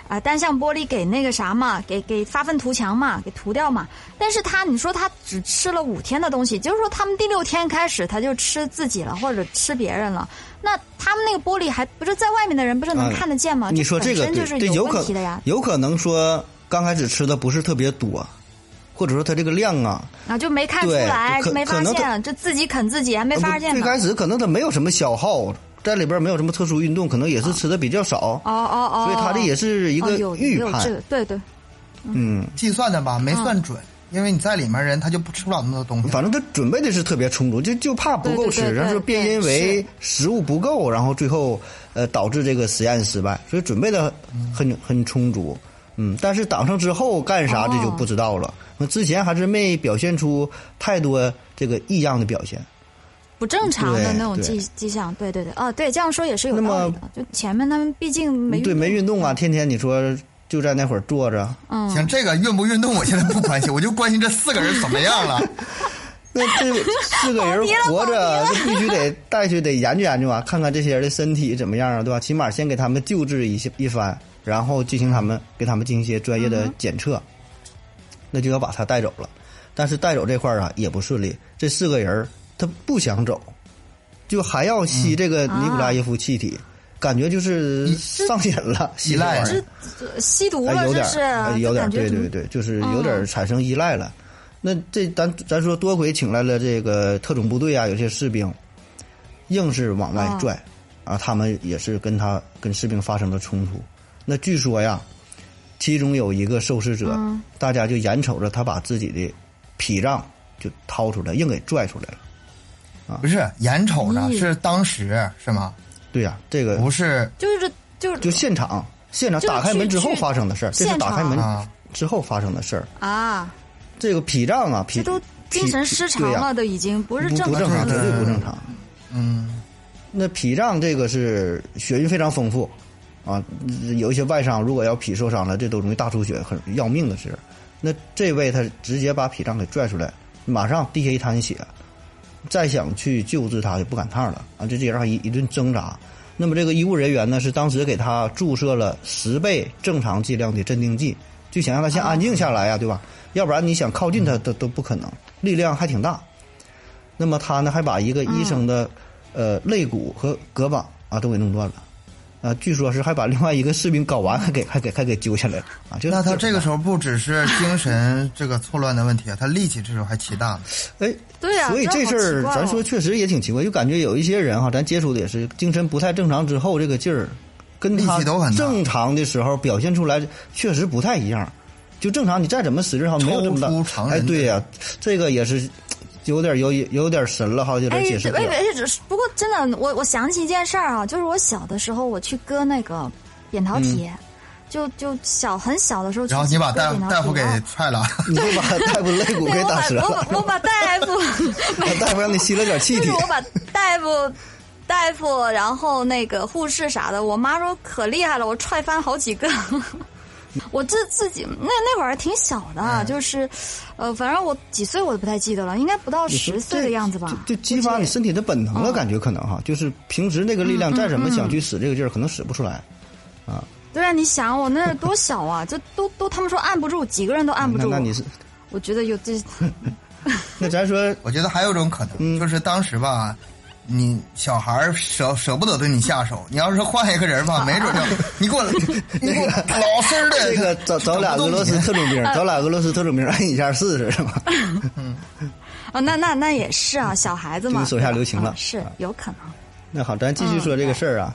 Speaker 3: 啊、单向玻璃给那个啥嘛，给给发愤图强嘛，给涂掉嘛。但是他你说他只吃了五天的东西，就是说他们第六天开始他就吃自己了，或者吃别人了。那他们那个玻璃还不是在外面的人不是
Speaker 1: 嗯
Speaker 3: 能看得见吗？
Speaker 1: 你说这个
Speaker 3: 本身就是
Speaker 1: 对，对，有
Speaker 3: 问
Speaker 1: 可
Speaker 3: 题的呀。
Speaker 1: 有可能说刚开始吃的不是特别多，或者说他这个量啊，
Speaker 3: 啊，就没看出
Speaker 1: 对
Speaker 3: 来，
Speaker 1: 可
Speaker 3: 没
Speaker 1: 可
Speaker 3: 发
Speaker 1: 能他呃
Speaker 3: 现，这自己啃自己还没发现
Speaker 1: 最
Speaker 3: 呢。
Speaker 1: 开始可能他没有什么消耗，在里边没有什么特殊运动，可能也是吃的比较少，
Speaker 3: 啊哦哦哦，
Speaker 1: 所以他这也是一
Speaker 3: 哦
Speaker 1: 个
Speaker 3: 有
Speaker 1: 预
Speaker 3: 有
Speaker 1: 判。
Speaker 3: 这个对对。
Speaker 1: 嗯，
Speaker 2: 计算的吧，没算准，因为你在里面人他就不吃不了那么多东西。
Speaker 1: 反正他准备的是特别充足，就就怕不够吃，
Speaker 3: 对对对对
Speaker 1: 然后就便因为食物不够，然后最后呃导致这个实验失败，所以准备的很很充足。嗯，但是党上之后干啥
Speaker 3: 哦
Speaker 1: 这就不知道了。那、之前还是没表现出太多这个异样的表现。
Speaker 3: 不正常的
Speaker 1: 对
Speaker 3: 那种
Speaker 1: 对
Speaker 3: 迹迹象，对对对，哦，对，这样说也是有
Speaker 1: 那
Speaker 3: 道
Speaker 1: 么
Speaker 3: 理的。就前面他们毕竟没
Speaker 1: 对，没
Speaker 3: 运
Speaker 1: 运动啊，天天你说就在那会儿坐着，
Speaker 3: 动，嗯，
Speaker 2: 行，这个运不运动我现在不 <laughs> 关心，我就关心这四个人怎么样了。
Speaker 1: 那这四个人活着，就必须得带去得研究研究啊，看看这些人的身体怎么样啊，对吧？起码先给他们救治一些一番，然后进行他们给他们进行一些专业的检测，那就要把他带走了。但是带走这块儿啊也不顺利，这四个人儿他不想走，就还要吸这个尼古拉耶夫气体，感觉就是上瘾了，吸
Speaker 2: 依
Speaker 1: 这玩
Speaker 2: 赖
Speaker 1: 意儿
Speaker 2: 了
Speaker 3: 这这吸毒
Speaker 1: 哎，
Speaker 3: 了，
Speaker 1: 有
Speaker 3: 这
Speaker 1: 点
Speaker 3: 是啊
Speaker 1: 儿，哎有
Speaker 3: 就
Speaker 1: 点儿，
Speaker 3: 感觉
Speaker 1: 对
Speaker 3: 怎
Speaker 1: 对
Speaker 3: 么嗯
Speaker 1: 对，就是有点儿产生依赖了。那这咱咱说多亏请来了这个特种部队啊，有些士兵硬是往
Speaker 3: 嗯
Speaker 1: 外拽，啊，他们也是跟他跟士兵发生了冲突。那据说呀，其中有一个受试者，
Speaker 3: 嗯
Speaker 1: 大家就眼瞅着他把自己的脾脏就掏出来，硬给拽出来了。
Speaker 2: <laughs> 不是眼瞅着，
Speaker 3: 咦
Speaker 2: 是当时是吗？
Speaker 1: 对呀、这个
Speaker 2: 嗯不是
Speaker 3: 就是就是
Speaker 1: 就现场现场
Speaker 3: 就是
Speaker 1: 打开门
Speaker 3: 去
Speaker 1: 之后
Speaker 3: 去
Speaker 1: 发生的事儿，这是
Speaker 3: 现
Speaker 1: 打开门
Speaker 2: 啊，
Speaker 1: 之后发生的事儿。
Speaker 3: 啊，
Speaker 1: 这个脾脏啊，脾
Speaker 3: 这都精神失常
Speaker 1: 对呀
Speaker 3: 了，都已经不是
Speaker 1: 不
Speaker 3: 正
Speaker 1: 不正常，绝
Speaker 3: 的。
Speaker 1: 对不正常。
Speaker 2: 嗯，
Speaker 1: 那脾脏这个是血运非常丰富，啊，有一些外伤，如果要脾受伤了，这都容易大出血，很要命的事儿。那这位他直接把脾脏给拽出来，马上地下一滩血，再想去救治他就不赶趟了啊，就这让他一一顿挣扎。那么这个医务人员呢，是当时给他注射了十倍正常剂量的镇定剂，就想让他先安静下来呀、对吧？要不然你想靠近他都都不可能，力量还挺大。那么他呢，还把一个医生的、
Speaker 2: 嗯
Speaker 1: 呃肋骨和胳膊啊都给弄断了，啊，据说是还把另外一个士兵睾丸还给还给还给揪下来了啊。就
Speaker 2: 嗯那他这个
Speaker 1: 是
Speaker 2: 时候不只是精神这个错乱的问题啊，他力气这时候还奇大呢。
Speaker 1: 哎，
Speaker 3: 对呀
Speaker 1: 所以这事儿
Speaker 3: 这好奇怪哦
Speaker 1: 咱说确实也挺奇怪，就感觉有一些人哈，咱接触的也是精神不太正常之后，这个劲儿跟
Speaker 2: 力
Speaker 1: 他
Speaker 2: 气都很大
Speaker 1: 正常的时候表现出来确实不太一样。就正常，你再怎么使劲哈，没有这么大
Speaker 2: 超出常。人
Speaker 1: 哎，
Speaker 2: 的
Speaker 1: 对呀、这个也是有点有有点神了哈，有
Speaker 3: 哎
Speaker 1: 点解，释
Speaker 3: 这
Speaker 1: 不了
Speaker 3: 哎。哎，这是不过真的，我我想起一件事儿啊，就是我小的时候我去割那个
Speaker 1: 嗯
Speaker 3: 扁桃体，就就小很小的时候去割
Speaker 2: 然后
Speaker 3: 扁桃体，
Speaker 2: 你把大大夫给
Speaker 3: 然后
Speaker 2: 踹了， <laughs>
Speaker 1: <laughs> 你就
Speaker 3: <laughs>
Speaker 1: 把大夫肋骨给
Speaker 3: 对，我
Speaker 1: 打折
Speaker 3: 把我
Speaker 1: 了，
Speaker 3: 把我把大夫 <laughs> 没
Speaker 1: <laughs> 大夫让你吸了点气
Speaker 3: 就
Speaker 1: 体
Speaker 3: 是。我把大夫、 <laughs> 大夫，然后那个护士啥的，我妈说可厉害了，我踹翻好几个。 <laughs> 我自自己那那会儿还挺小的，
Speaker 1: 哎
Speaker 3: 就是，呃，反正我几岁我都不太记得了，应该不到十岁的样子吧。
Speaker 1: 就就激发你身体的本能
Speaker 3: 哦
Speaker 1: 了，感觉可能哈，就是平时那个力
Speaker 3: 嗯
Speaker 1: 量再怎么想去使这个劲儿，可能使不出来。
Speaker 3: 对啊，你想我那多小啊，就都都他们说按不住，几个人都按不
Speaker 1: 那
Speaker 3: 住。
Speaker 1: 那你是，
Speaker 3: 我觉得有这
Speaker 1: 那咱说
Speaker 2: 我觉得还有一种可能，就是当时吧，你小孩儿舍舍不得对你下手，你要是换一个人吧，没准就 <laughs> 你给我，你给我老实儿
Speaker 1: 这
Speaker 2: 的 <laughs>
Speaker 1: 个 <laughs> 找找俩俄罗斯特种 <laughs> 兵，找俩俄罗斯特种兵按一下试试是吧？
Speaker 3: 啊，那那那也是啊，小孩子
Speaker 1: 嗯
Speaker 3: 嘛，啊
Speaker 1: 这个手下留情了啊
Speaker 3: 嗯是有可能。
Speaker 1: <laughs> 那好，咱继续说这个事儿啊。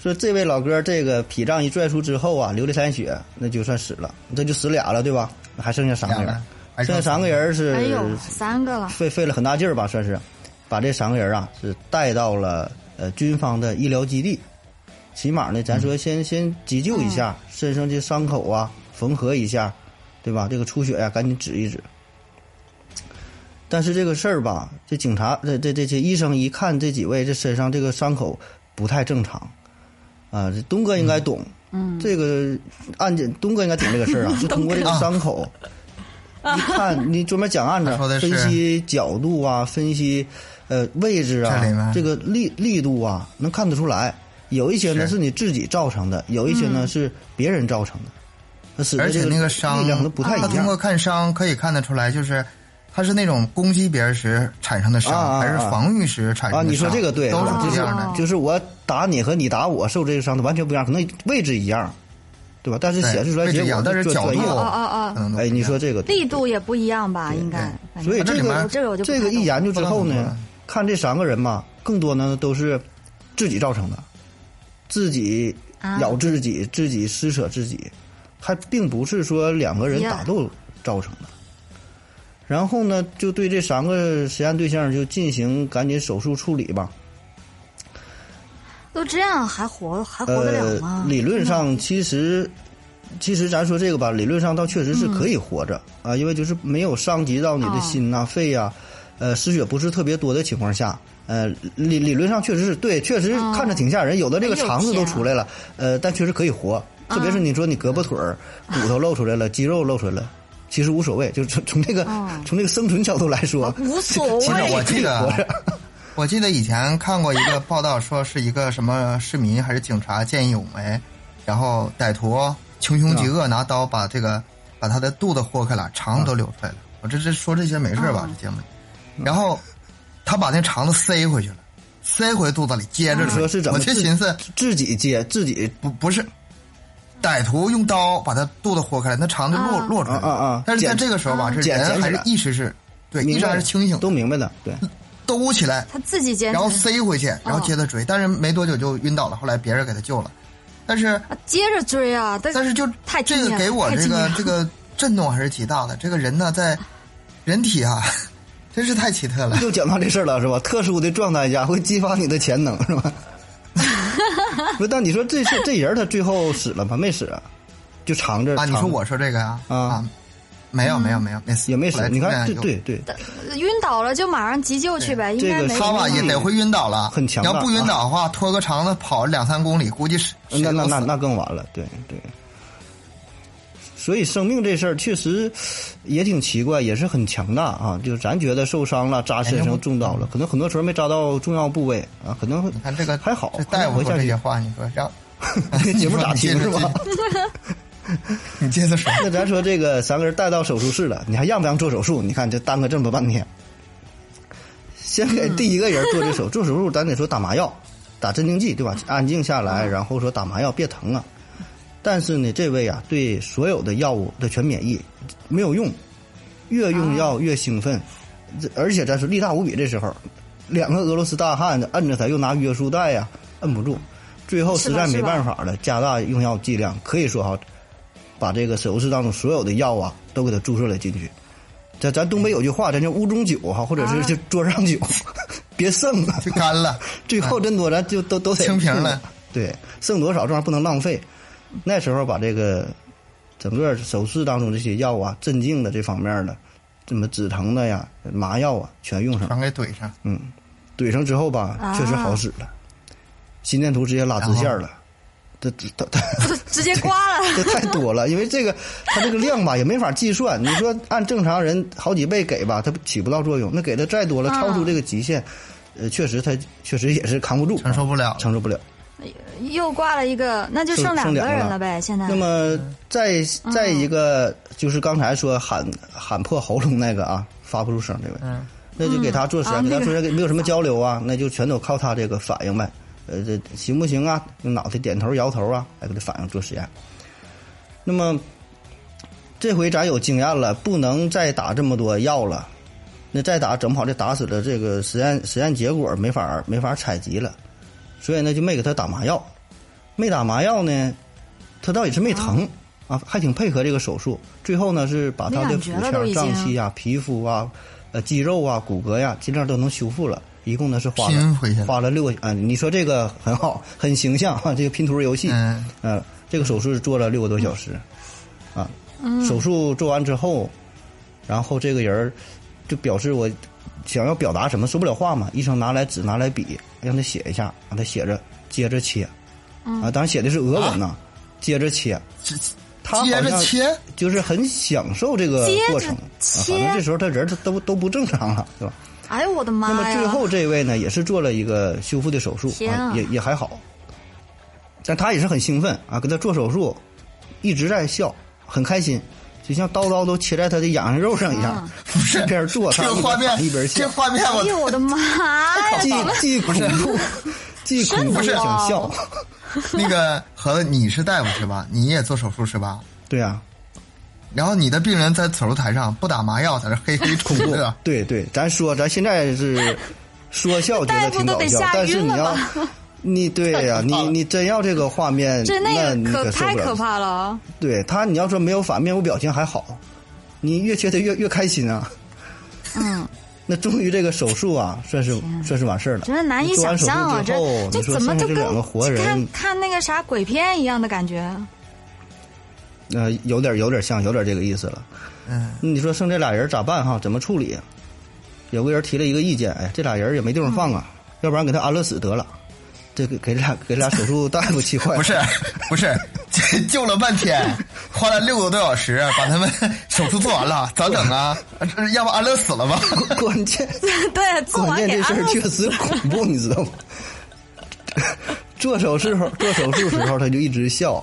Speaker 1: 说这位老哥，这个脾脏一拽出之后啊，流了三血，那就算死了，这就死俩了，对吧？还剩下三个
Speaker 2: 俩
Speaker 1: 人
Speaker 2: 了，还
Speaker 1: 剩下
Speaker 2: 剩
Speaker 1: 三个人是
Speaker 3: 哎呦，三个了，
Speaker 1: 费费了很大劲儿吧，算是把这三个人啊是带到了呃军方的医疗基地，起码呢，咱说先、先急救一下，身上这伤口啊缝合一下，对吧？这个出血呀、赶紧止一止。但是这个事儿吧，这警察这这这这医生一看这几位这身上这个伤口不太正常，啊，这东哥应该懂，嗯，这个案件东哥应该懂这个事 <laughs> 儿啊，就通过这个伤口，一看你专门讲案子
Speaker 2: 他说，的是
Speaker 1: 分析角度啊，分析呃位置
Speaker 2: 这里
Speaker 1: 啊
Speaker 2: 面，
Speaker 1: 这个力力度啊，能看得出来。有一些呢
Speaker 2: 是
Speaker 1: 是你自己造成的，有一些呢是别人造成的，它使得
Speaker 2: 而
Speaker 1: 这
Speaker 2: 且那
Speaker 1: 个
Speaker 2: 个伤
Speaker 1: 力量都不太一
Speaker 2: 他通过
Speaker 1: 样。
Speaker 2: 看伤可以看得出来，就是他是那种攻击别人时产生的伤，
Speaker 1: 啊啊啊
Speaker 2: 还是防御时产生
Speaker 1: 啊，
Speaker 2: 的伤。
Speaker 1: 你说这个对，
Speaker 2: 哎都是
Speaker 1: 就
Speaker 2: 不一
Speaker 1: 是
Speaker 2: 样的。
Speaker 3: 哦
Speaker 1: 就是我打你和你打我受这个伤的完全不一样，可能位置一样，对吧？但是
Speaker 2: 对
Speaker 1: 显示出来
Speaker 2: 位置
Speaker 1: 结果
Speaker 2: 一样但是角
Speaker 1: 专业
Speaker 2: 度
Speaker 3: 哦
Speaker 1: 了。
Speaker 3: 哦
Speaker 2: 可
Speaker 3: 哦，
Speaker 2: 能都不一
Speaker 1: 哎，
Speaker 2: 样
Speaker 1: 你说这个
Speaker 3: 力度也不一样吧？应该，反正
Speaker 1: 所以
Speaker 2: 这
Speaker 1: 这
Speaker 2: 里面
Speaker 1: 个
Speaker 2: 儿
Speaker 3: 这个我就不
Speaker 1: 这
Speaker 3: 太
Speaker 1: 个
Speaker 3: 懂
Speaker 1: 一研究之后
Speaker 2: 不能
Speaker 1: 呢
Speaker 2: 懂，
Speaker 1: 看这三个人嘛，更多呢都是自己造成的，自己
Speaker 3: 啊
Speaker 1: 咬自己，自己撕扯自己，还并不是说两个人
Speaker 3: 呀
Speaker 1: 打斗造成的。然后呢，就对这三个实验对象就进行赶紧手术处理吧。
Speaker 3: 都这样还活还活得了
Speaker 1: 呃
Speaker 3: 吗，？嗯
Speaker 1: 理论上其实，其实咱说这个吧，理论上倒确实
Speaker 3: 嗯
Speaker 1: 是可以活着、啊，因为就是没有伤及到你的心
Speaker 3: 哦
Speaker 1: 呐、肺呀、呃，失血不是特别多的情况下，呃，理理论上确实是对，确实
Speaker 3: 哦
Speaker 1: 看着挺吓人，有的这个
Speaker 3: 哎呦
Speaker 1: 肠子都
Speaker 3: 天啊
Speaker 1: 出来了，呃，但确实可以活，
Speaker 3: 啊
Speaker 1: 特别是你说你胳膊腿儿、骨头露出来了，肌肉露出来了。其实无所谓，就是从从这个、
Speaker 3: 哦
Speaker 1: 从这个生存角度来说，
Speaker 3: 无所
Speaker 2: 其实
Speaker 3: 谓
Speaker 2: 我记
Speaker 1: 活
Speaker 2: 得
Speaker 1: 着，
Speaker 2: 我记得以前看过一个报道，说是一个什么市民还是警察见义勇为，然后歹徒穷凶极恶，拿刀把这个把他的肚子豁开了，肠子都流出来了。
Speaker 1: 啊
Speaker 2: 我这这说这些没事吧？这节目
Speaker 1: 嗯
Speaker 2: 里，然后他把那肠子塞回去了，塞回肚子里，接着
Speaker 1: 你啊说是怎
Speaker 2: 我
Speaker 1: 么
Speaker 2: 就
Speaker 1: 自
Speaker 2: 寻思，
Speaker 1: 自己接自己
Speaker 2: 不不是，歹徒用刀把他肚子豁开了，那肠子落
Speaker 3: 啊
Speaker 2: 落出来了。
Speaker 1: 啊啊啊
Speaker 2: 但是在
Speaker 1: 捡
Speaker 2: 这个时候吧，这
Speaker 1: 捡捡
Speaker 2: 人
Speaker 1: 起
Speaker 2: 还是
Speaker 1: 来
Speaker 2: 意识是，对，意
Speaker 1: 明
Speaker 2: 识
Speaker 1: 白
Speaker 2: 还
Speaker 1: 了
Speaker 2: 是清醒的
Speaker 1: 都，明白的，对。
Speaker 2: 兜起来，
Speaker 3: 他自己坚
Speaker 2: 然后
Speaker 3: 持，
Speaker 2: 塞回去，然后接着追，但是没多久就晕倒了。后来别人给他救了，但是
Speaker 3: 啊接着追啊！但
Speaker 2: 但是就
Speaker 3: 太
Speaker 2: 这
Speaker 3: 敬
Speaker 2: 个
Speaker 3: 业
Speaker 2: 给
Speaker 3: 了
Speaker 2: 我
Speaker 3: 太
Speaker 2: 这
Speaker 3: 敬业
Speaker 2: 个
Speaker 3: 了
Speaker 2: 这个震动还是极大的。这个人呢，在人体啊，真是太奇特了。
Speaker 1: <laughs> 又讲到这事儿了，是吧？特殊的状态下会激发你的潜能，是吧？不，但你说这事这人儿他最后死了吗？没死啊，就藏着
Speaker 2: 啊，你
Speaker 1: 藏
Speaker 2: 说
Speaker 1: 着
Speaker 2: 我说这个呀？
Speaker 1: 啊
Speaker 2: 啊，没有没有没有，没死
Speaker 1: 也没
Speaker 2: 后
Speaker 1: 死
Speaker 2: 来，
Speaker 1: 你看
Speaker 2: 出
Speaker 1: 对
Speaker 2: 院
Speaker 1: 对对，
Speaker 3: 呃晕倒了就马上急救去呗，应该
Speaker 1: 这个
Speaker 3: 没
Speaker 2: 他吧
Speaker 1: 嗯
Speaker 2: 也得会晕倒了，
Speaker 1: 很强
Speaker 2: 你
Speaker 1: 大
Speaker 2: 要不晕倒的话，拖个肠子跑两三公里，估计是
Speaker 1: 那那那
Speaker 2: 谁都死
Speaker 1: 那更完了，对对。所以生命这事儿确实也挺奇怪，也是很强大啊！就咱觉得受伤了、扎身
Speaker 2: 哎那
Speaker 1: 上
Speaker 2: 不
Speaker 1: 中刀了，可能很多时候没扎到重要部位啊，可能会
Speaker 2: 你看这个
Speaker 1: 还好
Speaker 2: 这，大夫
Speaker 1: 活
Speaker 2: 说
Speaker 1: 下
Speaker 2: 这些
Speaker 1: 去。
Speaker 2: 话，你说让
Speaker 1: <laughs> 节目咋
Speaker 2: 你说
Speaker 1: 听是吧？
Speaker 2: 你接着说，
Speaker 1: 那咱说这个三个人带到手术室了，你还让不让做手术？你看这耽搁这么半天。先给第一个人做这手做手术，咱得说打麻药，打镇静剂，对吧？安静下来，然后说打麻药，别疼啊。但是呢，这位啊，对所有的药物的全免疫，没有用，越用药越兴奋，这而且咱说力大无比。这时候，两个俄罗斯大汉子摁着他，又拿约束带呀、摁不住，最后实在
Speaker 3: 是吧
Speaker 1: 没办法了，加大用药剂量，可以说哈，把这个手术室当中所有的药啊都给他注射了进去。咱咱东北有句话，咱叫屋中酒哈，或者是
Speaker 3: 啊
Speaker 1: 就桌上酒， <laughs> 别剩了。
Speaker 2: 就干了。
Speaker 1: 最后真多，咱就都都得
Speaker 2: 清平了。
Speaker 1: 对，剩多少这玩意儿不能浪费。那时候把这个整个手术当中这些药啊、镇静的这方面的，什么止疼的呀、麻药啊，全用上。
Speaker 2: 全给怼上。
Speaker 1: 怼上之后吧，
Speaker 3: 啊
Speaker 1: 确实好使了，心电图直接拉直线了。这这这
Speaker 3: 就 <laughs> 直接刮了。
Speaker 1: 这太多了，因为这个它这个量吧也没法计算。你说按正常人好几倍给吧，它起不到作用。那给的再多了，
Speaker 3: 啊
Speaker 1: 超出这个极限，呃，确实它确实也是扛不住，啊
Speaker 2: 承受不了
Speaker 1: 承受不了。
Speaker 3: 又挂了一个，那就剩两个人了呗。现在嗯
Speaker 1: 那么再再一个就是刚才说喊喊破喉咙那个啊，发不出声这位，
Speaker 2: 嗯
Speaker 1: 那就给他做实验，
Speaker 3: 嗯
Speaker 1: 给他
Speaker 3: 啊
Speaker 1: 做实验没有什么交流啊，那就全都靠他这个反应呗。呃，这行不行啊？用脑袋点头摇头啊，来给他反应做实验。那么这回咱有经验了，不能再打这么多药了。那再打整不好，这打死了这个实验实验结果没法没法采集了。所以呢就没给他打麻药。没打麻药呢，他倒也是没疼啊，还挺配合这个手术。最后呢是把他的
Speaker 3: 没
Speaker 1: 腹
Speaker 3: 感觉了都已
Speaker 1: 腔、
Speaker 3: 经
Speaker 1: 脏器啊、皮肤啊、呃肌肉啊、骨骼呀、尽量都能修复了。一共呢是花
Speaker 2: 拼回去
Speaker 1: 了
Speaker 2: 了
Speaker 1: 花了六个啊，你说这个很好，很形象啊，这个拼图游戏。
Speaker 2: 嗯，
Speaker 1: 呃，这个手术是做了六个多小时，啊，
Speaker 3: 嗯
Speaker 1: 手术做完之后，然后这个人儿就表示我想要表达什么，说不了话嘛。医生拿来纸，拿来笔，让他写一下，让他写着，接着切，
Speaker 3: 嗯
Speaker 1: 啊，当然写的是俄文呐、接着切，
Speaker 2: 这
Speaker 1: 他好
Speaker 2: 接着
Speaker 1: 像
Speaker 2: 切，
Speaker 1: 就是很享受这个
Speaker 3: 接着
Speaker 1: 过程，啊
Speaker 3: 切
Speaker 1: 好像这时候他人儿都都不正常了，对吧？
Speaker 3: 哎呦我的妈
Speaker 1: 那
Speaker 3: 呀！
Speaker 1: 么最后这位呢，也是做了一个修复的手术
Speaker 3: 天啊
Speaker 1: 啊，也也还好，但他也是很兴奋啊，给他做手术，一直在笑，很开心，就像刀刀都切在他的痒痒肉上一样
Speaker 3: 啊，
Speaker 1: <laughs> 不是一边做
Speaker 2: 这
Speaker 1: 他
Speaker 2: 个
Speaker 1: 一
Speaker 2: 画
Speaker 1: 边
Speaker 2: 面
Speaker 1: 喊一边，
Speaker 2: 这
Speaker 1: 笑，
Speaker 2: 画面
Speaker 3: 哎
Speaker 2: 我
Speaker 3: 呦我的
Speaker 1: <laughs>
Speaker 3: 妈呀！
Speaker 1: 既既恐怖，既恐怖
Speaker 3: 真
Speaker 1: 又
Speaker 3: 的
Speaker 1: 想
Speaker 3: 吗
Speaker 1: 笑，
Speaker 2: 那个盒子，你是大夫是吧？你也做手术是吧？
Speaker 1: <laughs> 对
Speaker 2: <laughs>
Speaker 1: 啊，
Speaker 2: 然后你的病人在手术台上不打麻药，在那嘿嘿
Speaker 1: 恐
Speaker 2: 哭
Speaker 1: 怖
Speaker 2: 是吧？，
Speaker 1: 对对，咱说咱现在是说笑觉得挺搞
Speaker 3: 大夫都得
Speaker 1: 笑，
Speaker 3: 吓
Speaker 1: 但是
Speaker 3: 晕
Speaker 1: 你
Speaker 3: 了
Speaker 1: 要
Speaker 3: 吧。
Speaker 1: 你对
Speaker 2: <laughs>
Speaker 1: 呀、你你真要这个画面，
Speaker 3: <laughs> 这那
Speaker 1: 你
Speaker 3: 个可
Speaker 1: 受
Speaker 3: 太
Speaker 1: 不了
Speaker 3: 可
Speaker 1: <laughs>
Speaker 3: 怕了，哦
Speaker 1: 对他，你要说没有反面无表情还好，你越切他越越开心啊。 <laughs>
Speaker 3: 嗯，
Speaker 1: 那终于这个手术啊，算是算是完事儿了。
Speaker 3: 真的难以
Speaker 1: 做
Speaker 3: 想
Speaker 1: 完手术
Speaker 3: 象啊！
Speaker 1: 之
Speaker 3: 这
Speaker 1: 后
Speaker 3: 这
Speaker 1: 你说
Speaker 3: 怎么
Speaker 1: 剩下这
Speaker 3: 就跟
Speaker 1: 两个活
Speaker 3: 看
Speaker 1: 人，
Speaker 3: 看那个啥鬼片一样的
Speaker 1: <laughs>
Speaker 3: 感觉？
Speaker 1: 呃，有点有点像，有点这个意思了。
Speaker 2: 嗯，
Speaker 1: 你说剩这俩人咋办哈？怎么处理？有个人提了一个意见，哎，这俩人也没地方放
Speaker 3: 嗯
Speaker 1: 啊，要不然给他安乐死得了。这给给俩给俩手术大夫气坏了。
Speaker 2: 不是不是，这救了半天，花了六个多小时把他们手术做完了，咋整啊？这要不安乐死了吧？
Speaker 1: 关键
Speaker 3: 对，做
Speaker 1: 关
Speaker 3: 完
Speaker 1: 键
Speaker 3: 给
Speaker 1: 这事
Speaker 3: 安
Speaker 1: 儿
Speaker 3: 乐
Speaker 1: 确实恐怖，你知道吗？ <laughs> 做手术做手术时候他就一直笑，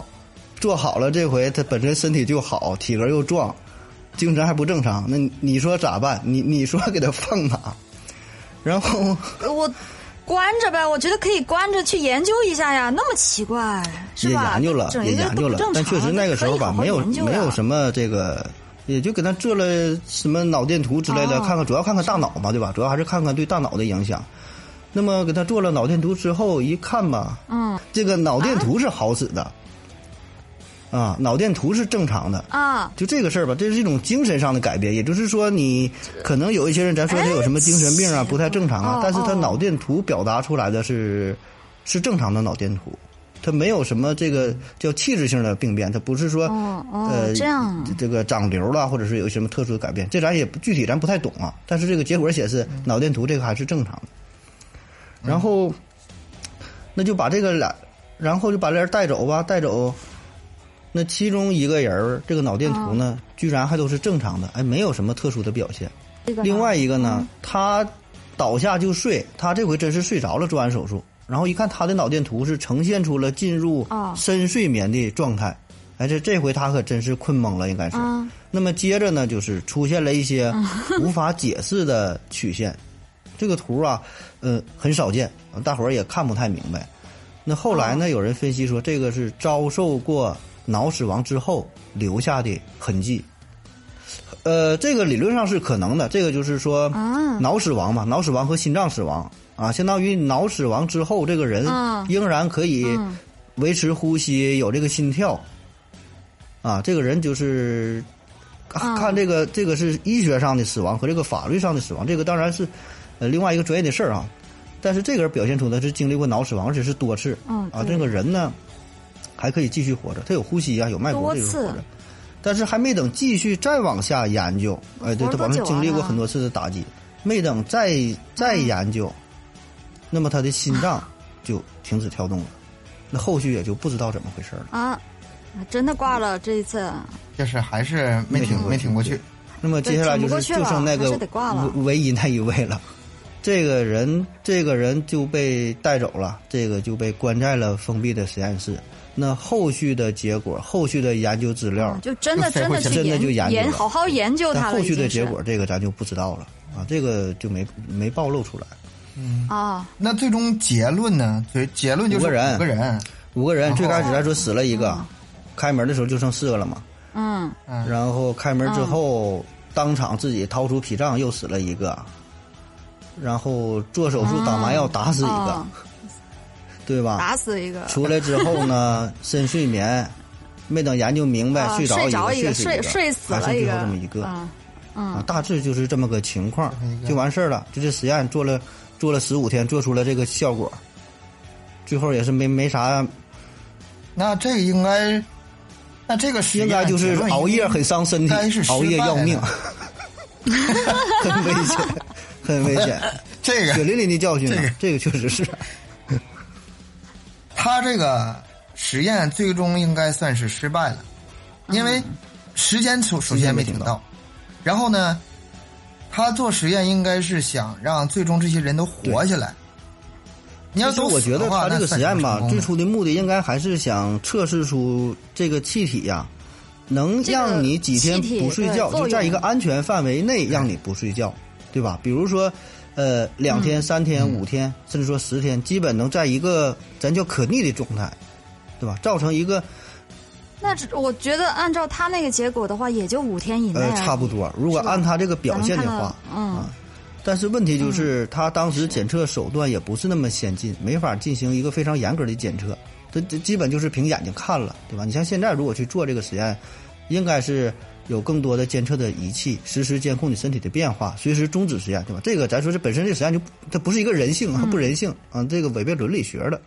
Speaker 1: 做好了这回他本身身体就好，体格又壮，精神还不正常，那你你说咋办？你你说给他放哪？然后
Speaker 3: 我关着呗，我觉得可以关着去研究一下呀，那么奇怪是
Speaker 1: 也
Speaker 3: 吧？
Speaker 1: 研究了，
Speaker 3: 整
Speaker 1: 也
Speaker 3: 一个
Speaker 1: 研究
Speaker 3: 都不
Speaker 1: 了
Speaker 3: 正，
Speaker 1: 但
Speaker 3: 常
Speaker 1: 确实那个时候吧，没有没有
Speaker 3: 么。
Speaker 1: 什么这个，也就给他做了什么脑电图之类的，
Speaker 3: 哦
Speaker 1: 看看主要看看大脑嘛，对吧？主要还是看看对大脑的影响。那么给他做了脑电图之后，一看吧，
Speaker 3: 嗯
Speaker 1: 这个脑电图是好使的，啊，脑电图是正常的。
Speaker 3: 啊，
Speaker 1: 就这个事儿吧，这是一种精神上的改变，也就是说，你可能有一些人，咱说他有什么精神病啊，不太正常啊
Speaker 3: 哦，
Speaker 1: 但是他
Speaker 3: 哦
Speaker 1: 脑电图表达出来的是是正常的脑电图，他没有什么这个叫器质性的病变，他不是说
Speaker 3: 哦哦
Speaker 1: 呃
Speaker 3: 这样
Speaker 1: 这个长瘤了，或者是有什么特殊的改变，这咱也不具体咱不太懂啊，但是这个结果显示
Speaker 3: 嗯
Speaker 1: 脑电图这个还是正常的，然后那就把这个俩，然后就把这人带走吧，带走。那其中一个人儿，这个脑电图
Speaker 3: 哦
Speaker 1: 呢，居然还都是正常的，哎，没有什么特殊的表现。
Speaker 3: 这个嗯
Speaker 1: 另外一个呢，他倒下就睡，他这回真是睡着了，做完手术，然后一看他的脑电图是呈现出了进入
Speaker 3: 哦
Speaker 1: 深睡眠的状态，哎，这这回他可真是困懵了，应该是。
Speaker 3: 啊，
Speaker 1: 那么接着呢，就是出现了一些
Speaker 3: <laughs>
Speaker 1: 无法解释的曲线，这个图啊，呃，很少见，大伙儿也看不太明白。那后来呢，有人分析
Speaker 3: 哦
Speaker 1: 说，这个是遭受过脑死亡之后留下的痕迹。呃，这个理论上是可能的，这个就是说
Speaker 3: 啊，
Speaker 1: 脑死亡嘛，脑死亡和心脏死亡啊，相当于脑死亡之后，这个人
Speaker 3: 嗯
Speaker 1: 仍然可以
Speaker 3: 嗯
Speaker 1: 维持呼吸，有这个心跳，啊，这个人就是啊
Speaker 3: 嗯
Speaker 1: 看这个这个是医学上的死亡和这个法律上的死亡，这个当然是呃另外一个专业的事儿啊。但是这个人表现出的是经历过脑死亡，而且是多次，
Speaker 3: 嗯
Speaker 1: 啊，
Speaker 3: 对
Speaker 1: 这个人呢还可以继续活着，他有呼吸啊，有脉搏，
Speaker 3: 多
Speaker 1: 这种活
Speaker 3: 次
Speaker 1: 着。但是还没等继续再往下研究，哎，对他
Speaker 3: 活了
Speaker 1: 反
Speaker 3: 多久
Speaker 1: 正
Speaker 3: 啊
Speaker 1: 经历过
Speaker 3: 他
Speaker 1: 很多次的打击，没等再再研究，那么他的心脏就停止跳动
Speaker 3: 嗯
Speaker 1: 了，那后续也就不知道怎么回事了。
Speaker 3: 啊，真的挂了这一次，
Speaker 2: 就是还是没挺没挺过去，
Speaker 1: 那么接下来就是
Speaker 3: 对挺不过去了
Speaker 1: 就剩那个
Speaker 3: 还是得挂了
Speaker 1: 唯唯一那一位了，这个人这个人就被带走了，这个就被关在了封闭的实验室。那后续的结果，后续的研究资料，
Speaker 3: 嗯就真的
Speaker 2: 就
Speaker 3: 真的
Speaker 2: 真
Speaker 1: 嗯的
Speaker 3: 去
Speaker 1: 就研
Speaker 3: 研
Speaker 1: 究了
Speaker 3: 好好研究它
Speaker 1: 但
Speaker 3: 了，
Speaker 1: 后
Speaker 3: 已
Speaker 1: 续的
Speaker 3: 经
Speaker 1: 结
Speaker 3: 是
Speaker 1: 果这个咱就不知道了啊，这个就没没暴露出来。
Speaker 3: 啊，
Speaker 2: 那最终结论呢？结结论就是
Speaker 1: 五个人
Speaker 2: 五个人，
Speaker 1: 五个人
Speaker 2: 然后
Speaker 1: 最开始还说死了一个，开门的时候就剩四个了嘛。
Speaker 3: 嗯
Speaker 2: 嗯，
Speaker 1: 然后开门之后，当场自己掏出脾脏又死了一个，然后做手术打麻药打死一个，
Speaker 3: 哦
Speaker 1: 对吧？
Speaker 3: 啊打死一个，
Speaker 1: 啊出来之后呢，深睡眠，没等研究明白，
Speaker 3: 啊
Speaker 1: 着
Speaker 3: 睡着
Speaker 1: 一
Speaker 3: 一
Speaker 1: 个，
Speaker 3: 个
Speaker 1: 死
Speaker 3: 睡
Speaker 1: 睡
Speaker 3: 睡死了
Speaker 1: 还剩
Speaker 3: 一
Speaker 1: 最后
Speaker 3: 个
Speaker 1: 这么一个，
Speaker 3: 啊，
Speaker 1: 啊，大致就是这么个情况，就完事儿了。就这实验做了做了十五天，做出了这个效果，最后也是没没啥，
Speaker 2: 那这应该，那这个实验
Speaker 1: 应该就是熬夜很伤身体
Speaker 2: 应该是，失败
Speaker 1: 熬
Speaker 2: 的
Speaker 1: 夜要
Speaker 2: <laughs>
Speaker 1: 命，很危险，很危险。
Speaker 2: 这个
Speaker 1: 血淋淋的教训
Speaker 2: 这
Speaker 1: 啊
Speaker 2: 个，
Speaker 1: 这个确实是，
Speaker 2: 他这个实验最终应该算是失败了，因为时间首首先没
Speaker 1: 嗯时间没
Speaker 2: 挺
Speaker 1: 挺
Speaker 2: 到
Speaker 1: 到，
Speaker 2: 然后呢，他做实验应该是想让最终这些人都活下来。 <laughs> 你要
Speaker 1: 其实
Speaker 2: 都
Speaker 1: 我觉
Speaker 2: 死
Speaker 1: 得
Speaker 2: 的话
Speaker 1: 他这个
Speaker 2: 那算
Speaker 1: 实验
Speaker 2: 是
Speaker 1: 吧
Speaker 2: 成功，的
Speaker 1: 最初的目的应该还是想测试出这个气体呀、能
Speaker 3: 这个
Speaker 1: 让你几天
Speaker 3: 气体
Speaker 1: 不睡
Speaker 3: 对
Speaker 1: 觉，
Speaker 3: 作
Speaker 1: 就在
Speaker 3: 用啊
Speaker 1: 一个安全范围内让你不睡觉，对吧？比如说，呃，两
Speaker 3: 嗯
Speaker 1: 天、三天、
Speaker 2: 嗯
Speaker 1: 五天，甚至说十天，基本能在一个咱叫可逆的状态，对吧？造成一个
Speaker 3: 那只我觉得按照他那个结果的话，也就五天以内
Speaker 1: 呃
Speaker 3: 而已
Speaker 1: 差不多。如果
Speaker 3: 是吧
Speaker 1: 按他这个表现的
Speaker 3: 咱
Speaker 1: 话
Speaker 3: 们，看到嗯
Speaker 1: 啊，但是问题就是，他当时检测手段也不是那么先进，没法进行一个非常严格的检测。这这基本就是凭眼睛看了，对吧？你像现在如果去做这个实验，应该是有更多的监测的仪器，实时监控你身体的变化，随时终止实验，对吧？这个咱说这本身这实验就不它不是一个人性啊，不人性啊，这个违背伦理学的。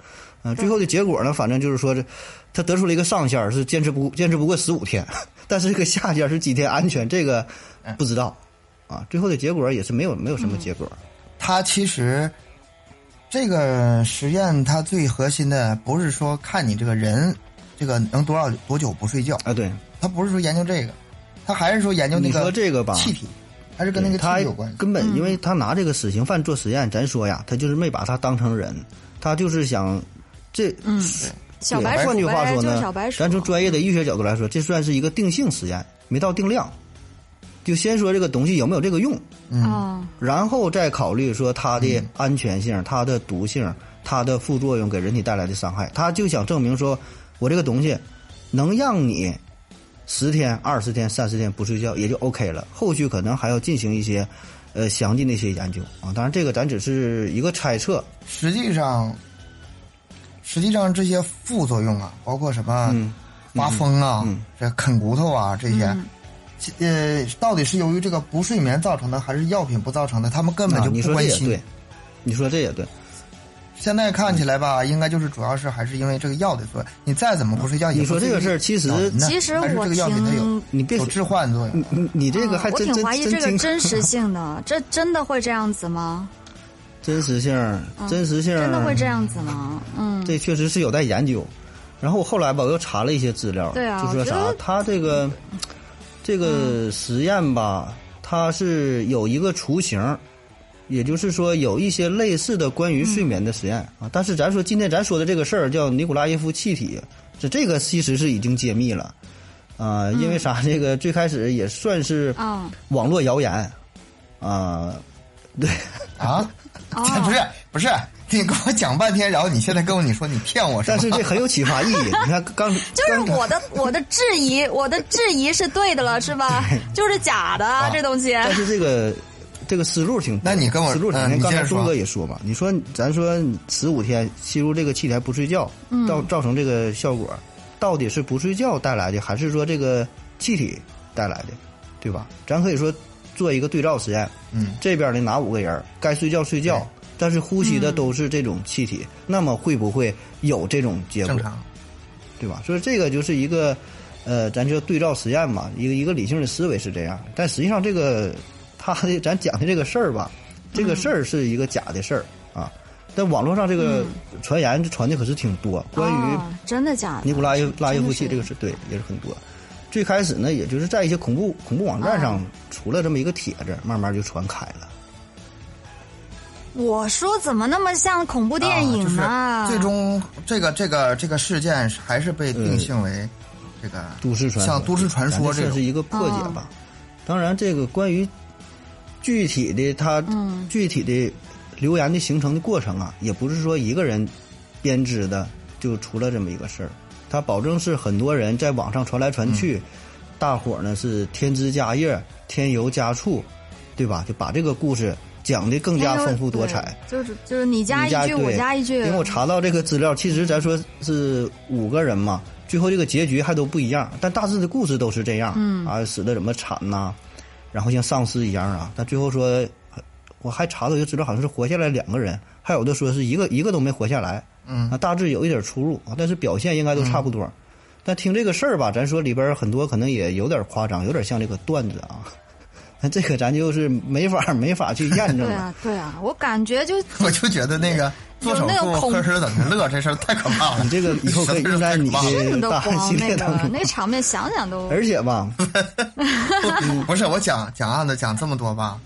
Speaker 1: 嗯，最后的结果呢，反正就是说这，他得出了一个上限儿是坚持不坚持不过十五天， <laughs> 但是这个下限儿是几天安全，这个不知道。啊，最后的结果也是没有没有什
Speaker 3: 嗯
Speaker 1: 么结果。
Speaker 2: 他其实这个实验，它最核心的不是说看你这个人这个能多少多久不睡觉，
Speaker 1: 啊，对，
Speaker 2: 他不是说研究这个，他还是说研究那
Speaker 1: 你
Speaker 2: 个
Speaker 1: 说这个吧，
Speaker 2: 气体，还是跟那个气
Speaker 1: 他
Speaker 2: 体有关系。
Speaker 1: 根
Speaker 3: 嗯
Speaker 1: 本因为他拿这个死刑犯做实验，咱说呀，他就是没把他当成人，他就是想这。
Speaker 3: 嗯，小白鼠呗，
Speaker 1: 换句话说
Speaker 3: 就是
Speaker 1: 呢
Speaker 3: 小白，鼠，
Speaker 1: 咱从专业的医学角度来说，这算是一个定性实验，没到定量。就先说这个东西有没有这个用，
Speaker 2: 嗯
Speaker 3: 啊，
Speaker 1: 然后再考虑说它的安全性、它的毒性、它的副作用给人体带来的伤害。他就想证明说，我这个东西能让你十天、二十天、三十天不睡觉也就 OK 了。后续可能还要进行一些呃详尽的一些研究啊。当然，这个咱只是一个猜测。啊
Speaker 2: 实际上，实际上这些副作用啊，包括什么
Speaker 1: 嗯
Speaker 2: 发疯啊、
Speaker 1: 嗯
Speaker 2: 这啃骨头啊这些。
Speaker 3: 嗯
Speaker 2: 其呃，到底是由于这个不睡眠造成的，还是药品不造成的？他们根本
Speaker 1: 啊
Speaker 2: 就，
Speaker 1: 你说
Speaker 2: 不
Speaker 1: 这
Speaker 2: 关
Speaker 1: 也
Speaker 2: 心。
Speaker 1: 对，嗯你说这也对，
Speaker 2: 现在看起来吧，应该就是主要是还是因为这个药的作用。你再怎么不睡觉，也
Speaker 1: 你
Speaker 2: 不
Speaker 1: 说
Speaker 2: 至
Speaker 1: 这个
Speaker 2: 于
Speaker 1: 事儿其实
Speaker 2: 脑门呢
Speaker 3: 其实
Speaker 2: 还是哦
Speaker 3: 我
Speaker 2: 这个药品它有
Speaker 3: 挺
Speaker 1: 你别
Speaker 2: 有
Speaker 1: 说
Speaker 2: 置换作用
Speaker 1: 你。你你这个还
Speaker 3: 哦我
Speaker 1: 真
Speaker 3: 挺
Speaker 1: 真
Speaker 3: 怀疑这
Speaker 1: 真
Speaker 3: 个
Speaker 1: 听
Speaker 3: 真
Speaker 1: <laughs>
Speaker 3: 实性的，这真的会这样子吗？
Speaker 1: 真实性儿真实性
Speaker 3: 嗯真的会
Speaker 1: 儿
Speaker 3: 这样子吗？嗯，
Speaker 1: 这确实是有待研究。然后我后来吧，我又查了一些资料，
Speaker 3: 对啊
Speaker 1: 就说
Speaker 3: 我觉
Speaker 1: 啥
Speaker 3: 得，嗯
Speaker 1: 他这个这个实验吧，它是有一个雏形，也就是说有一些类似的关于
Speaker 3: 嗯
Speaker 1: 睡眠的实验、啊。但是咱说今天咱说的这个事儿叫尼古拉耶夫气体，这这个其实是已经揭秘了啊、因为啥？这个最开始也算是
Speaker 3: 嗯啊
Speaker 1: 网络谣言啊、对。
Speaker 2: 啊？
Speaker 3: 哦
Speaker 2: <laughs> 不是不是，你跟我讲半天，然后你现在跟我你说你骗我是吧
Speaker 1: 但？是这很有启发意义。你看刚，
Speaker 3: <laughs> 就是
Speaker 1: 刚
Speaker 3: 我的我的质疑，我的质疑是对的了，是吧？就是假的这东 <laughs> 西。
Speaker 1: 啊但是这个这个思路挺多，
Speaker 2: 那你跟我
Speaker 1: 思路挺多。
Speaker 2: 嗯你
Speaker 1: 刚
Speaker 2: 接
Speaker 1: 才
Speaker 2: 着说
Speaker 1: 朱哥也说嘛，你说咱说十五天吸入这个气体还不睡觉，造造成这个效果，到底是不睡觉带来的，还是说这个气体带来的，对吧？咱可以说做一个对照实验，
Speaker 2: 嗯，
Speaker 1: 这边的哪五个人该睡觉睡觉
Speaker 2: 对，
Speaker 1: 但是呼吸的都是这种气体，那么会不会有这种结果
Speaker 2: 正？常。啊
Speaker 1: 对吧？所以这个就是一个，呃，咱就对照实验嘛，一个一个理性的思维是这样，但实际上这个他的咱讲的这个事儿吧，这个事儿是一个假的事儿啊。但网络上这个传言传的可是挺多，关于
Speaker 3: 嗯哦真的假的
Speaker 1: 尼古拉耶拉耶夫
Speaker 3: 真的
Speaker 1: 契
Speaker 3: 是
Speaker 1: 这个是对也是很多。最开始呢，也就是在一些恐怖恐怖网站上
Speaker 3: 嗯
Speaker 1: 出了这么一个帖子，慢慢就传开了。
Speaker 3: 我说怎么那么像恐怖电影呢？
Speaker 2: 啊就是、最终这个这个这个事件还是被定
Speaker 1: 呃
Speaker 2: 性为这个
Speaker 1: 都市传说，
Speaker 2: 像都市传说
Speaker 1: 咱这
Speaker 2: 这
Speaker 1: 算是
Speaker 2: 种。嗯
Speaker 1: 一个破解吧。当然，这个关于具体的它、
Speaker 3: 嗯
Speaker 1: 具体的留言的形成的过程啊，也不是说一个人编织的就出了这么一个事儿，它保证是很多人在网上传来传去，
Speaker 2: 嗯
Speaker 1: 大伙儿呢是添枝加叶、添油加醋，对吧？就把这个故事讲的更加丰富多彩。
Speaker 3: 哎就是就是你加
Speaker 1: 你加
Speaker 3: 一句，我
Speaker 1: 对
Speaker 3: 加一句，
Speaker 1: 因为我查到这个资料，其实咱说是五个人嘛，最后这个结局还都不一样，但大致的故事都是这样。嗯啊，死的怎么惨呐、然后像丧尸一样啊，但最后说，我还查到一个资料，好像是活下来两个人，还有的说是一个一个都没活下来。
Speaker 2: 嗯
Speaker 1: 啊，大致有一点出入啊，但是表现应该都差不多。但听这个事儿吧，咱说里边很多可能也有点夸张，有点像这个段子啊。 <laughs> 那这个咱就是没法没法去验证
Speaker 3: 对
Speaker 1: 了。
Speaker 3: 啊对啊，我感觉就
Speaker 2: 我就觉得那个做手
Speaker 3: 有那个
Speaker 2: 术
Speaker 3: 恐
Speaker 2: 呵呵怎么乐这事儿太可怕了。
Speaker 1: 你这个以后可以
Speaker 2: <laughs> 实
Speaker 1: 用
Speaker 2: 在
Speaker 1: 在
Speaker 2: 是
Speaker 1: 你
Speaker 2: 太可怕了
Speaker 1: 的
Speaker 3: 真的
Speaker 1: 大
Speaker 3: 慌
Speaker 1: 汉系
Speaker 3: 那
Speaker 1: 列当
Speaker 3: 个
Speaker 1: 中。
Speaker 3: 那场面，想想都
Speaker 1: 而且吧，
Speaker 2: <laughs> 不是我讲讲案子讲这么多吧，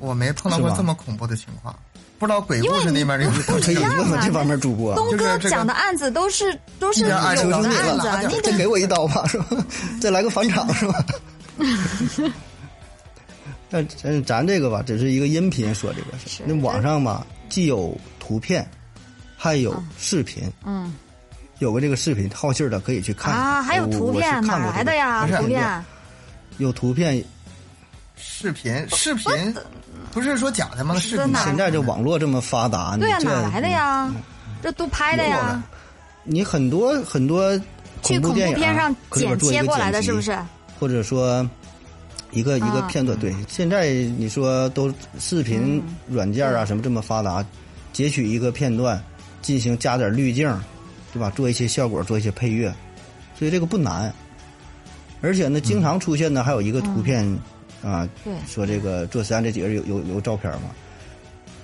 Speaker 2: 我没碰到过
Speaker 1: 是吧
Speaker 2: 这么恐怖的情况，不知道鬼故事那边有没有
Speaker 1: 可以
Speaker 2: 这样
Speaker 1: 问啊问这方面啊主播，
Speaker 3: 东
Speaker 2: 就是
Speaker 3: 哥
Speaker 2: 这个
Speaker 3: 讲的案子都是都是有
Speaker 2: 你
Speaker 3: 的
Speaker 2: 这
Speaker 3: 案
Speaker 2: 按
Speaker 1: 求求你
Speaker 3: 子啊，
Speaker 2: 了
Speaker 3: 你
Speaker 1: 再
Speaker 3: 得
Speaker 1: 给我一刀吧，是吧？
Speaker 3: <laughs>
Speaker 1: 再来个返场，是吧？但咱咱这个吧，只是一个音频说这个事
Speaker 3: 是
Speaker 1: 儿。那网上吧，既有图片，还有视频。
Speaker 3: 嗯，
Speaker 1: 有个这个视频，好信儿的可以去看一下
Speaker 3: 啊，还有
Speaker 1: 我
Speaker 3: 图
Speaker 1: 我
Speaker 3: 片
Speaker 1: 是看
Speaker 3: 哪
Speaker 1: 过这个
Speaker 3: 来的呀？
Speaker 2: 不是
Speaker 3: 图片
Speaker 1: 有图片，
Speaker 2: 视频视频，不是说假他妈的视
Speaker 3: 真
Speaker 2: 频啊
Speaker 3: 的，
Speaker 1: 现在这网络这么发达，
Speaker 3: 对呀，啊
Speaker 1: 你这
Speaker 3: 哪来的？呀？这都拍的呀，
Speaker 1: 你很多很多
Speaker 3: 去
Speaker 1: 恐
Speaker 3: 恐怖
Speaker 1: 电影啊
Speaker 3: 片上
Speaker 1: 可以
Speaker 3: 剪
Speaker 1: 做一
Speaker 3: 切
Speaker 1: 个
Speaker 3: 过来
Speaker 1: 剪
Speaker 3: 的，
Speaker 1: 辑
Speaker 3: 是不是？
Speaker 1: 或者说一个一个
Speaker 3: 啊
Speaker 1: 片段。对，现在你说都视频软件啊什么这么发达，截取一个片段，进行加点滤镜，对吧？做一些效果，做一些配乐，所以这个不难。而且呢，经常出现的还有一个图片啊，
Speaker 3: 对，
Speaker 1: 说这个做实验这几个人有有有照片嘛？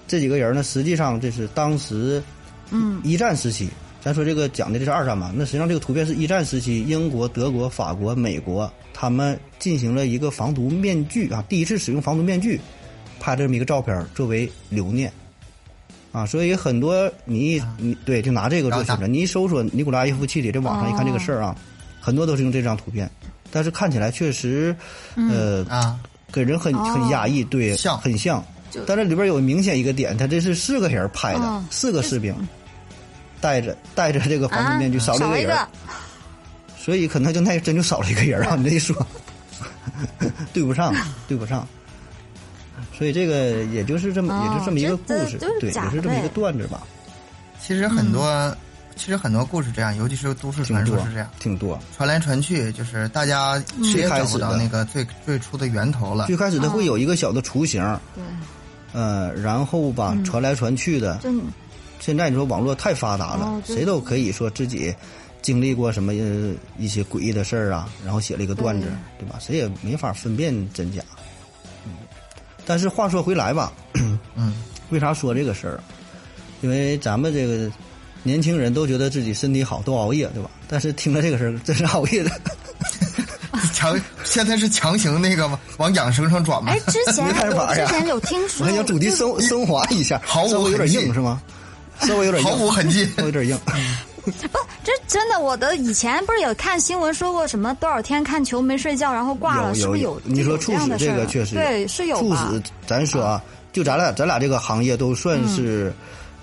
Speaker 1: 这几个人呢，实际上这是当时
Speaker 3: 嗯
Speaker 1: 一战时期，咱说这个讲的这是二战嘛，那实际上这个图片是一战时期，英国、德国、法国、美国他们进行了一个防毒面具啊，第一次使用防毒面具，拍了这么一个照片作为留念。啊，所以很多你
Speaker 3: 啊
Speaker 1: 一你对就拿这个做宣
Speaker 2: 然后
Speaker 1: 传，你一搜索尼古拉耶夫契里，这网上一看这个事儿
Speaker 3: 哦
Speaker 1: 啊，很多都是用这张图片，但是看起来确实，
Speaker 3: 嗯
Speaker 1: 呃，
Speaker 2: 啊，
Speaker 1: 给人很很压抑，对，
Speaker 2: 像
Speaker 1: 很像
Speaker 3: 哦就。
Speaker 1: 但这里边有明显一个点，他这是四个人拍的，
Speaker 3: 哦
Speaker 1: 四个士兵戴着戴着这个防毒面具，
Speaker 3: 啊
Speaker 1: 少了
Speaker 3: 少
Speaker 1: 一
Speaker 3: 一
Speaker 1: 个人，
Speaker 3: 个，
Speaker 1: 所以可能就那真就少了一个
Speaker 3: <laughs>
Speaker 1: 人啊！你这一说，对不上，对不上。所以这个也就是这么，
Speaker 3: 哦
Speaker 1: 也就这么一个故
Speaker 3: 这
Speaker 1: 事，
Speaker 3: 这就是
Speaker 1: 对，
Speaker 3: 假
Speaker 1: 也
Speaker 3: 的
Speaker 1: 是这么一个段子吧，
Speaker 2: 其实很多其实很多故事这样，尤其是都市
Speaker 1: 嗯挺
Speaker 2: 传说
Speaker 1: 多嗯
Speaker 2: 是这样，，
Speaker 1: 挺多。
Speaker 3: 哦
Speaker 2: 传来传去，就是大家谁也找不到那个最最初的源头了 <laughs>
Speaker 1: 最。开始它
Speaker 3: 哦
Speaker 1: 会有一个小的雏形，
Speaker 3: 对，
Speaker 1: 呃，然后吧，
Speaker 3: 嗯
Speaker 1: 传来传去的，
Speaker 3: 真
Speaker 1: 现在你说网络太发达了，
Speaker 3: 哦对
Speaker 1: 谁都可以说自己经历过什么呃一些诡异的事儿啊，然后写了一个段子，对吧？谁也没法分辨真假。嗯，但是话说回来吧，
Speaker 2: 嗯，
Speaker 1: <clears throat> 为啥说这个事儿啊？因为咱们这个年轻人都觉得自己身体好，都熬夜，对吧？但是听了这个事儿，真是熬
Speaker 3: <laughs>
Speaker 1: 夜的。
Speaker 2: 强现在是强行那个往养生上转嘛
Speaker 3: 哎，，之前
Speaker 1: 啊没办法
Speaker 3: 我之
Speaker 1: 呀
Speaker 3: 前有听
Speaker 1: 我
Speaker 3: 说，
Speaker 1: 还想主题升升华一下，
Speaker 2: 毫无
Speaker 1: 稍微有点
Speaker 2: 痕
Speaker 1: 硬
Speaker 2: 迹
Speaker 1: 是吗？稍微有点硬，
Speaker 2: <laughs> 毫无痕迹。
Speaker 1: 稍微有点硬。
Speaker 3: 不，这真的，我的以前不是有看新闻说过什么多少天看球没睡觉，然后挂了，
Speaker 1: 有
Speaker 3: 是不是
Speaker 1: 有？
Speaker 3: 就
Speaker 1: 你说
Speaker 3: 有
Speaker 1: 猝
Speaker 3: 样
Speaker 1: 死
Speaker 3: 的事
Speaker 1: 这
Speaker 3: 儿
Speaker 1: 个确实
Speaker 3: 对，是有
Speaker 1: 猝
Speaker 3: 吧？嗯
Speaker 1: 死，咱说啊，就咱俩咱俩这个行业都算是、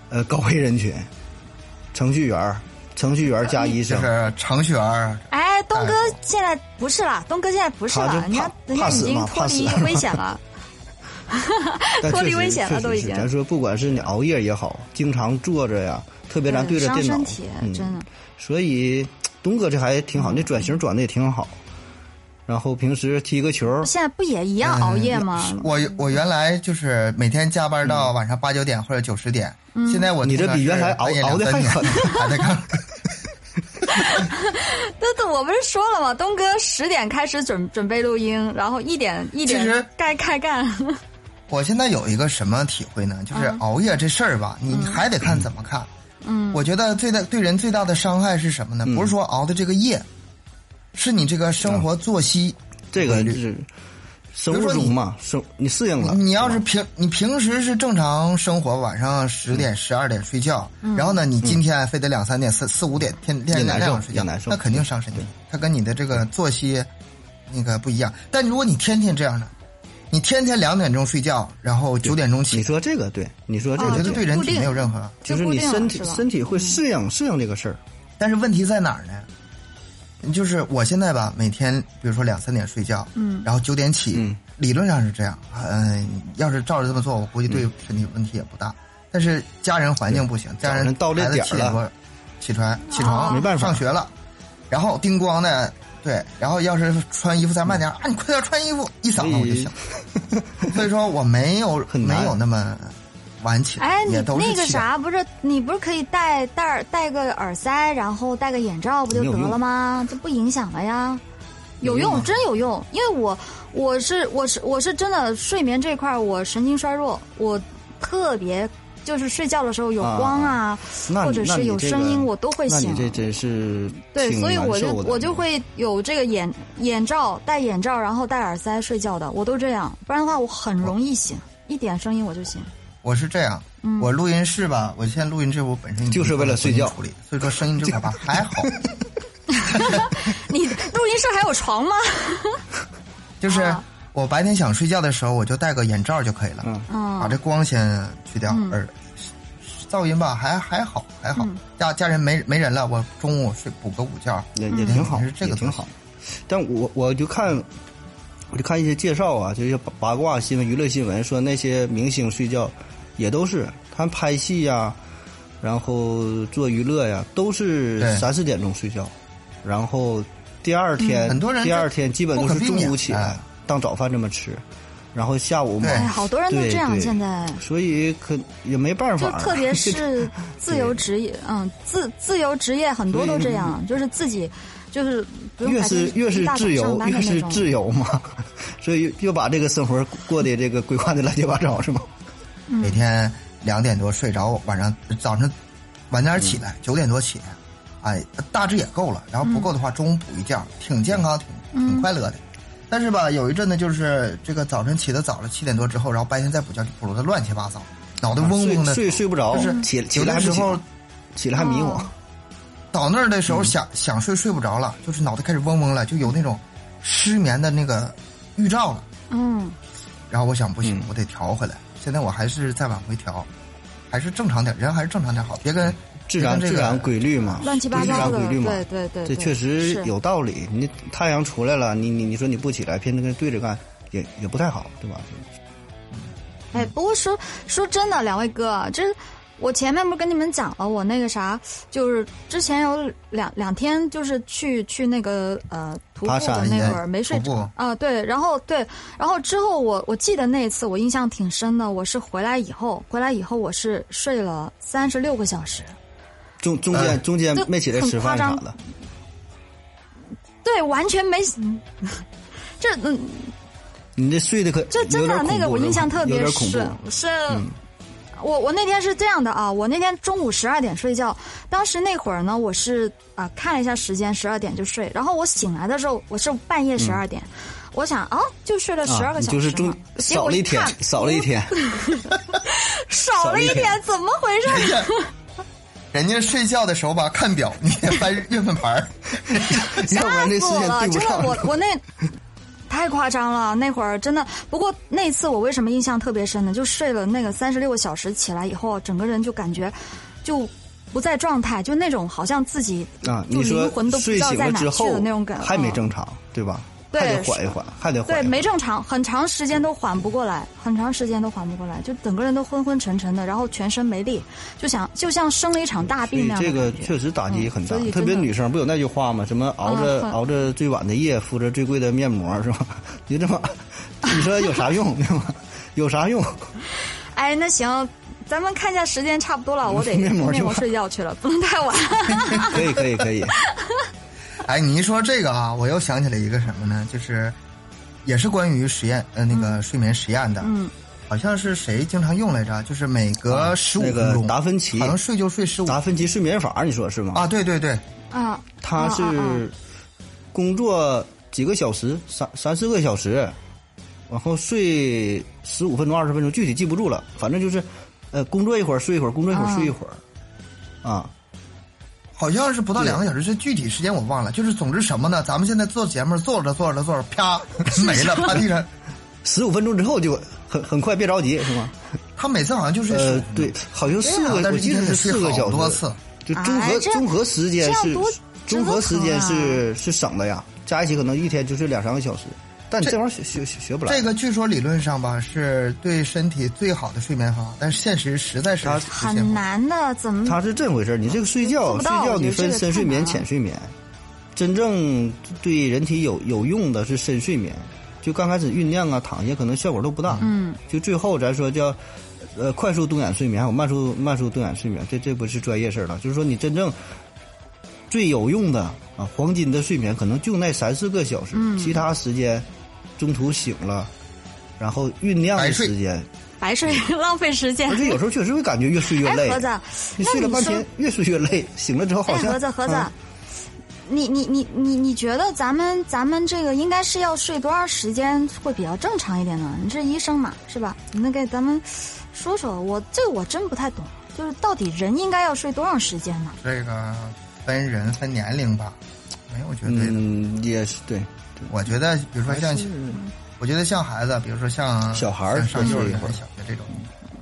Speaker 1: 呃高危人群，程序员儿、程序员儿
Speaker 3: 嗯
Speaker 1: 加医
Speaker 2: <laughs> 就
Speaker 1: 生，
Speaker 2: 是程序员，
Speaker 3: 哎，东哥
Speaker 2: 大夫
Speaker 3: 现在不是了，东哥现在不是
Speaker 1: 他就
Speaker 3: 了，人家
Speaker 1: 怕
Speaker 3: 人
Speaker 1: 怕
Speaker 3: 家已
Speaker 1: 死
Speaker 3: 经
Speaker 1: 嘛
Speaker 3: 脱
Speaker 1: 怕死
Speaker 3: 离危险
Speaker 1: <laughs>
Speaker 3: 了。
Speaker 1: 但
Speaker 3: 脱
Speaker 1: 确
Speaker 3: 离
Speaker 1: 实
Speaker 3: 危险了
Speaker 1: 确实
Speaker 3: 都已
Speaker 1: 是
Speaker 3: 经
Speaker 1: 咱说，不管是你熬夜也好，经常坐着呀，特别咱
Speaker 3: 对
Speaker 1: 对着
Speaker 3: 伤
Speaker 1: 电脑
Speaker 3: 身体，
Speaker 1: 嗯，
Speaker 3: 真的。
Speaker 1: 所以东哥这还挺好，那转型转的也挺好。然后平时踢个球儿，
Speaker 3: 现在不也一样熬夜吗？
Speaker 1: 哎
Speaker 2: 我我原来就是每天加班到晚上八九点或者九十点，
Speaker 3: 嗯
Speaker 2: 现在我
Speaker 1: 你这
Speaker 2: 通常
Speaker 1: 比原
Speaker 2: 是
Speaker 1: 来熬
Speaker 2: 半夜
Speaker 1: 熬得
Speaker 2: 两
Speaker 1: 还
Speaker 2: 三点 <laughs> 还在看。
Speaker 3: 那那我不是说了吗？东哥十点开始准准备录音，然后一点一
Speaker 2: 其实
Speaker 3: 点该开干。
Speaker 2: 我现在有一个什么体会呢？就是熬夜这事儿吧，你还得看怎么看。嗯，我觉得最大对人最大的伤害是什么呢？不是说熬的这个夜，是你这个生活作息。
Speaker 1: 这个
Speaker 2: 规
Speaker 1: 就
Speaker 2: 律
Speaker 1: 是生
Speaker 2: 比如
Speaker 1: 物
Speaker 2: 嗯说你
Speaker 1: 钟嘛，生你适应了。
Speaker 2: 你要
Speaker 1: 吧
Speaker 2: 是平你平时是正常生活，晚上十点十二点睡觉，然后呢，你今天非得两三点四四五点天天
Speaker 1: 也难
Speaker 2: 天
Speaker 1: 受
Speaker 2: 亮睡觉，
Speaker 1: 也难受
Speaker 2: 那肯定伤身体。它跟你的这个作息那个不一样。但如果你天天这样呢，你天天两点钟睡觉，然后九点钟
Speaker 1: 你
Speaker 2: 起，
Speaker 1: 说这个对，你说这
Speaker 2: 我
Speaker 3: 哦
Speaker 1: 个
Speaker 2: 觉得
Speaker 1: 对
Speaker 2: 对人体没有任何。
Speaker 1: 就
Speaker 3: 就是固
Speaker 1: 你
Speaker 3: 定了
Speaker 1: 身体
Speaker 3: 是吧嗯
Speaker 1: 身体会适应适应这个事儿，
Speaker 2: 但是问题在哪儿呢？就是我现在吧，每天比如说两三点睡觉，嗯，然后九点起，
Speaker 1: 嗯
Speaker 2: 理论上是这样，嗯，要是照着这么做，我估计对身体问题也不大。但是家人环境不行，家
Speaker 1: 早
Speaker 2: 人
Speaker 1: 上到这
Speaker 2: 孩子
Speaker 1: 点儿
Speaker 2: 七点
Speaker 1: 了哦
Speaker 2: 多起
Speaker 3: 哦
Speaker 2: 床起床，
Speaker 1: 没办法
Speaker 2: 上学了，然后叮咣的对，然后要是穿衣服再慢
Speaker 1: 嗯
Speaker 2: 点儿，啊，你快点穿衣服，一
Speaker 1: 所
Speaker 2: 嗓子我就
Speaker 1: 以
Speaker 2: 醒。所以说我没有
Speaker 1: 哎很难
Speaker 2: 没有那么晚起来，
Speaker 3: 哎，你
Speaker 2: 也都是
Speaker 3: 那个
Speaker 2: 七点
Speaker 3: 啥，不是你不是可以戴戴耳戴个耳塞，然后戴个眼罩，不就
Speaker 1: 没有
Speaker 3: 得
Speaker 1: 用
Speaker 3: 了吗？这不影响了呀。有用，真有用，因为我我是我是我是真的睡眠这块儿我神经衰弱，我特别就是睡觉的时候有
Speaker 1: 啊
Speaker 3: 光啊，
Speaker 1: 那
Speaker 3: 或
Speaker 1: 你
Speaker 3: 者
Speaker 1: 那
Speaker 3: 是
Speaker 1: 你
Speaker 3: 有
Speaker 1: 这
Speaker 3: 声
Speaker 1: 个
Speaker 3: 音我都会
Speaker 1: 那
Speaker 3: 醒
Speaker 1: 你。这真是
Speaker 3: 对，
Speaker 1: 挺
Speaker 3: 所以
Speaker 1: 难
Speaker 3: 我就
Speaker 1: 受的
Speaker 3: 我就会有这个眼眼罩戴眼罩，然后戴耳塞睡觉的，我都这样，不然的话我很容易醒，一点声音我就醒。
Speaker 2: 我是这样，我录音室吧，我现在录音这我本身已经
Speaker 1: 就是为了睡觉
Speaker 2: 处理，所以说声音这块吧
Speaker 1: <laughs>
Speaker 2: 还好，
Speaker 3: 你录音室还有床吗？
Speaker 2: 就是
Speaker 3: 啊
Speaker 2: 我白天想睡觉的时候，我就戴个眼罩就可以了，
Speaker 1: 嗯
Speaker 3: 嗯
Speaker 2: 把这光先去掉，耳噪音吧还还好还好，家家人没没人了，我中午睡补个午觉，
Speaker 1: 也也挺好，
Speaker 2: 嗯是这个
Speaker 1: 也挺
Speaker 2: 东西
Speaker 1: 好。但我我就看，我就看一些介绍啊，就是八八卦新闻、娱乐新闻，说那些明星睡觉也都是他们拍戏呀、然后做娱乐呀、都是
Speaker 2: 对
Speaker 1: 三四点钟睡觉，然后第二天、
Speaker 2: 嗯很多人
Speaker 1: 第
Speaker 2: 这
Speaker 1: 二天基本都
Speaker 2: 不
Speaker 1: 是
Speaker 2: 可避免
Speaker 1: 中午起
Speaker 2: 哎
Speaker 1: 来当早饭这么吃，然后下午嘛
Speaker 2: 对
Speaker 3: 哎，好多人都
Speaker 1: 对
Speaker 3: 这样，
Speaker 1: 对
Speaker 3: 现在
Speaker 1: 所以可也没办
Speaker 3: 就
Speaker 1: 法，
Speaker 3: 特
Speaker 1: <laughs>
Speaker 3: 别是自由职业，嗯，自自由职业很多都这样，就是自己就是不用
Speaker 1: 越
Speaker 3: 白天
Speaker 1: 是越
Speaker 3: 一
Speaker 1: 是
Speaker 3: 大早
Speaker 1: 自
Speaker 3: 上
Speaker 1: 由，
Speaker 3: 班的
Speaker 1: 越
Speaker 3: 那
Speaker 1: 是
Speaker 3: 种
Speaker 1: 自由嘛，所以又把这个生活过得这个规划的乱七八糟是吗？
Speaker 2: 每天两点多睡着，晚上早上晚点起来，九、点多起来，哎，大致也够了。然后不够的话，中午补一觉，挺健
Speaker 1: 嗯
Speaker 2: 康，挺
Speaker 3: 嗯
Speaker 2: 挺快乐的。但是吧，有一阵子就是这个早晨起得早了，七点多之后，然后白天再补觉，就补的乱七八糟，脑袋嗡嗡的。
Speaker 1: 啊睡睡睡不着，
Speaker 2: 就是
Speaker 1: 起起
Speaker 2: 有
Speaker 1: 来还
Speaker 2: 的时
Speaker 1: 不
Speaker 2: 候
Speaker 1: 醒，起来还迷
Speaker 3: 哦
Speaker 1: 惘。
Speaker 2: 到那儿的时候
Speaker 1: 嗯
Speaker 2: 想、想睡睡不着了，就是脑袋开始嗡嗡了，就有那种失眠的那个预兆了。
Speaker 3: 嗯，
Speaker 2: 然后我想不行
Speaker 1: 嗯，
Speaker 2: 我得调回来。现在我还是再往回调，还是正常点，人还是正常点好，别跟
Speaker 1: 嗯自然
Speaker 2: 别
Speaker 1: 自
Speaker 2: 跟这个
Speaker 1: 然规律嘛，
Speaker 3: 乱七八
Speaker 1: 自
Speaker 3: 糟
Speaker 1: 然
Speaker 3: 的，
Speaker 1: 规律嘛，
Speaker 3: 对对对，
Speaker 1: 这
Speaker 3: 对
Speaker 1: 确实
Speaker 3: 是
Speaker 1: 有道理。你太阳出来了，你你你说你不起来，偏跟对着干，也也不太好，对吧？
Speaker 3: 哎，不过说说真的，两位哥，这我前面不是跟你们讲了，我那个啥，就是之前有两两天，就是去去那个呃徒步
Speaker 1: 爬山
Speaker 3: 的那会儿没睡
Speaker 2: 徒
Speaker 3: 着
Speaker 2: 步
Speaker 3: 啊、对，然后对，然后之后我我记得那一次我印象挺深的，我是回来以后，回来以后我是睡了三十六个小时，
Speaker 1: 中中
Speaker 2: 哎
Speaker 1: 间中间
Speaker 3: 就
Speaker 1: 没起来
Speaker 3: 很
Speaker 1: 吃
Speaker 3: 夸
Speaker 1: 饭啥
Speaker 3: 张
Speaker 1: 的，
Speaker 3: 对，完全没，嗯 <laughs> 这嗯
Speaker 1: 你这睡的可
Speaker 3: 这真
Speaker 1: 有点
Speaker 3: 的那
Speaker 1: 恐
Speaker 3: 个
Speaker 1: 怖
Speaker 3: 我印象特
Speaker 1: 有
Speaker 3: 别
Speaker 1: 点恐怖嗯
Speaker 3: 深，是。我我那天是这样的啊，我那天中午十二点睡觉，当时那会儿呢，我是啊、看了一下时间，十二点就睡，然后我醒来的时候，我是半夜十二点，我想啊，就睡了十二
Speaker 1: 嗯啊，
Speaker 3: 个
Speaker 1: 你
Speaker 3: 小时
Speaker 1: 就
Speaker 3: 嘛、
Speaker 1: 是中
Speaker 3: 结
Speaker 1: 少
Speaker 3: 果
Speaker 1: 了一
Speaker 3: 一
Speaker 1: 天
Speaker 3: 看，
Speaker 1: 少了一天，
Speaker 3: 少
Speaker 1: 少
Speaker 3: 了
Speaker 1: 了一
Speaker 3: 一
Speaker 1: 天
Speaker 3: 天，怎么回事？
Speaker 2: 人家睡觉的时候吧，看表，你得翻 <laughs> 月份牌儿
Speaker 1: 要不然这时
Speaker 3: 吓死我
Speaker 1: 间
Speaker 3: 了！
Speaker 1: 对不
Speaker 3: 真的
Speaker 1: 上，。 <laughs>
Speaker 3: 我我那太夸张了，那会儿真的。不过那次我为什么印象特别深呢？就睡了那个三十六个小时，起来以后，整个人就感觉就不在状态，就那种好像自己
Speaker 1: 啊，
Speaker 3: 就
Speaker 1: 你说
Speaker 3: 灵魂都不
Speaker 1: 睡
Speaker 3: 知道
Speaker 1: 醒
Speaker 3: 在
Speaker 1: 了
Speaker 3: 哪
Speaker 1: 之
Speaker 3: 去
Speaker 1: 后
Speaker 3: 的那种感觉，
Speaker 1: 还没
Speaker 3: 嗯
Speaker 1: 正常，对吧？
Speaker 3: 对
Speaker 1: 还得缓一缓，还得缓
Speaker 3: 对，
Speaker 1: 一缓。
Speaker 3: 没正常，很长时间都缓不过来，很长时间都缓不过来，就整个人都昏昏沉沉的，然后全身没力，就想就像生了一场大
Speaker 1: 所
Speaker 3: 病
Speaker 1: 以
Speaker 3: 那样的
Speaker 1: 这个
Speaker 3: 感觉
Speaker 1: 确实打击很大
Speaker 3: 嗯所以，
Speaker 1: 特别
Speaker 3: 真的
Speaker 1: 女生不有那句话吗？什么熬着、
Speaker 3: 啊
Speaker 1: 熬着最晚的夜，敷着最贵的面膜，是吧？你这么，你说有啥用，对吧？有啥用？ <laughs>
Speaker 3: 哎，那行，咱们看一下时间差不多了，我得
Speaker 1: 嗯 <laughs> 面膜去吧
Speaker 3: 面膜睡觉去了，不能
Speaker 1: <laughs>
Speaker 3: 太晚。
Speaker 1: 可以，可以，
Speaker 2: <laughs>
Speaker 1: 可以。
Speaker 2: 哎，你一说这个啊，我又想起来一个什么呢？就是也是关于实验呃那个睡眠实验的，
Speaker 3: 嗯，
Speaker 2: 好像是谁经常用来着？就是每隔十五
Speaker 1: 啊那
Speaker 2: 分
Speaker 1: 个
Speaker 2: 钟，
Speaker 1: 达芬奇
Speaker 2: 好，像睡就睡十五
Speaker 1: 达芬奇睡眠法，你说是吗？
Speaker 2: 啊，对对对，
Speaker 3: 啊，
Speaker 1: 他
Speaker 3: 啊啊啊
Speaker 1: 是工作几个小时，三三四个小时，然后睡十五分钟、二十分钟，具体记不住了。反正就是，呃，工作一会儿睡一会儿，工作一会儿
Speaker 3: 啊
Speaker 1: 睡一会儿，啊，
Speaker 2: 好像是不到
Speaker 1: 对
Speaker 2: 两个小时，这具体时间我忘了。就是总之什么呢？咱们现在做节目做着做着做着，
Speaker 1: <laughs>
Speaker 2: 啪没了，趴地上。
Speaker 1: 十五分钟之后就很很快，别着急，是吗？
Speaker 2: 他每次好像就睡15
Speaker 1: 呃
Speaker 2: 分钟，
Speaker 1: 对，好像四
Speaker 2: 啊
Speaker 1: 个，
Speaker 2: 但
Speaker 1: 我
Speaker 2: 是一
Speaker 1: 记得
Speaker 2: 天
Speaker 1: 是
Speaker 2: 得
Speaker 1: 四
Speaker 2: 睡
Speaker 1: 个
Speaker 2: 好
Speaker 1: 小
Speaker 2: 多
Speaker 1: 时，
Speaker 2: 次。
Speaker 1: 就综
Speaker 3: 哎
Speaker 1: 合
Speaker 3: 这样
Speaker 1: 综合时间
Speaker 3: 这样
Speaker 1: 是
Speaker 3: 多
Speaker 1: 综合时间
Speaker 3: 折腾啊
Speaker 1: 是是省的呀，加一起可能一天就睡两三个小时，但你这玩意儿学学学学不来。
Speaker 2: 这个据说理论上吧是对身体最好的睡眠方法，但是现实实在是
Speaker 1: 它
Speaker 2: 实现
Speaker 3: 很
Speaker 2: 不了。
Speaker 3: 难的，怎么？
Speaker 1: 它是这回事儿，你这个睡
Speaker 3: 嗯做
Speaker 1: 觉
Speaker 3: 不
Speaker 1: 睡
Speaker 3: 到
Speaker 1: 觉你
Speaker 3: 我觉得
Speaker 1: 分
Speaker 3: 这个
Speaker 1: 深睡眠、
Speaker 3: 太难了
Speaker 1: 浅睡眠，真正对人体有有用的是深睡眠，就刚开始酝酿啊、躺下可能效果都不大，
Speaker 3: 嗯，
Speaker 1: 就最后咱说叫呃快速动眼睡眠，还有慢速慢速动眼睡眠，这这不是专业事儿了，就是说你真正最有用的啊黄金的睡眠，可能就那三四个小时，
Speaker 3: 嗯
Speaker 1: 其他时间中途醒了，然后酝酿
Speaker 2: 白
Speaker 1: 的
Speaker 2: 睡
Speaker 1: 时间，
Speaker 3: 白睡 <laughs> 浪费时间
Speaker 1: 而。且有时候确实会感觉越睡越累。
Speaker 3: 哎，盒子，
Speaker 1: 你
Speaker 3: 那
Speaker 1: 睡了
Speaker 3: 你
Speaker 1: 半
Speaker 3: 说
Speaker 1: 天，越睡越累，醒了之后好
Speaker 3: 哎，
Speaker 1: 像
Speaker 3: 盒子，盒子
Speaker 1: 啊，
Speaker 3: 你你你你你觉得咱们咱们这个应该是要睡多长时间会比较正常一点呢？你是医生嘛，是吧？你能给咱们说说？我这个我真不太懂，就是到底人应该要睡多长时间呢？
Speaker 2: 这个分人分年龄吧，没有绝对的。
Speaker 1: 嗯，也是对，
Speaker 2: 我觉得，比如说像
Speaker 1: 还是，
Speaker 3: 嗯
Speaker 2: 我觉得像孩子，比如说像
Speaker 1: 小孩儿
Speaker 2: 像上幼
Speaker 1: 多
Speaker 2: 儿
Speaker 1: 睡一
Speaker 2: 园
Speaker 1: 会儿、
Speaker 2: 小学这种，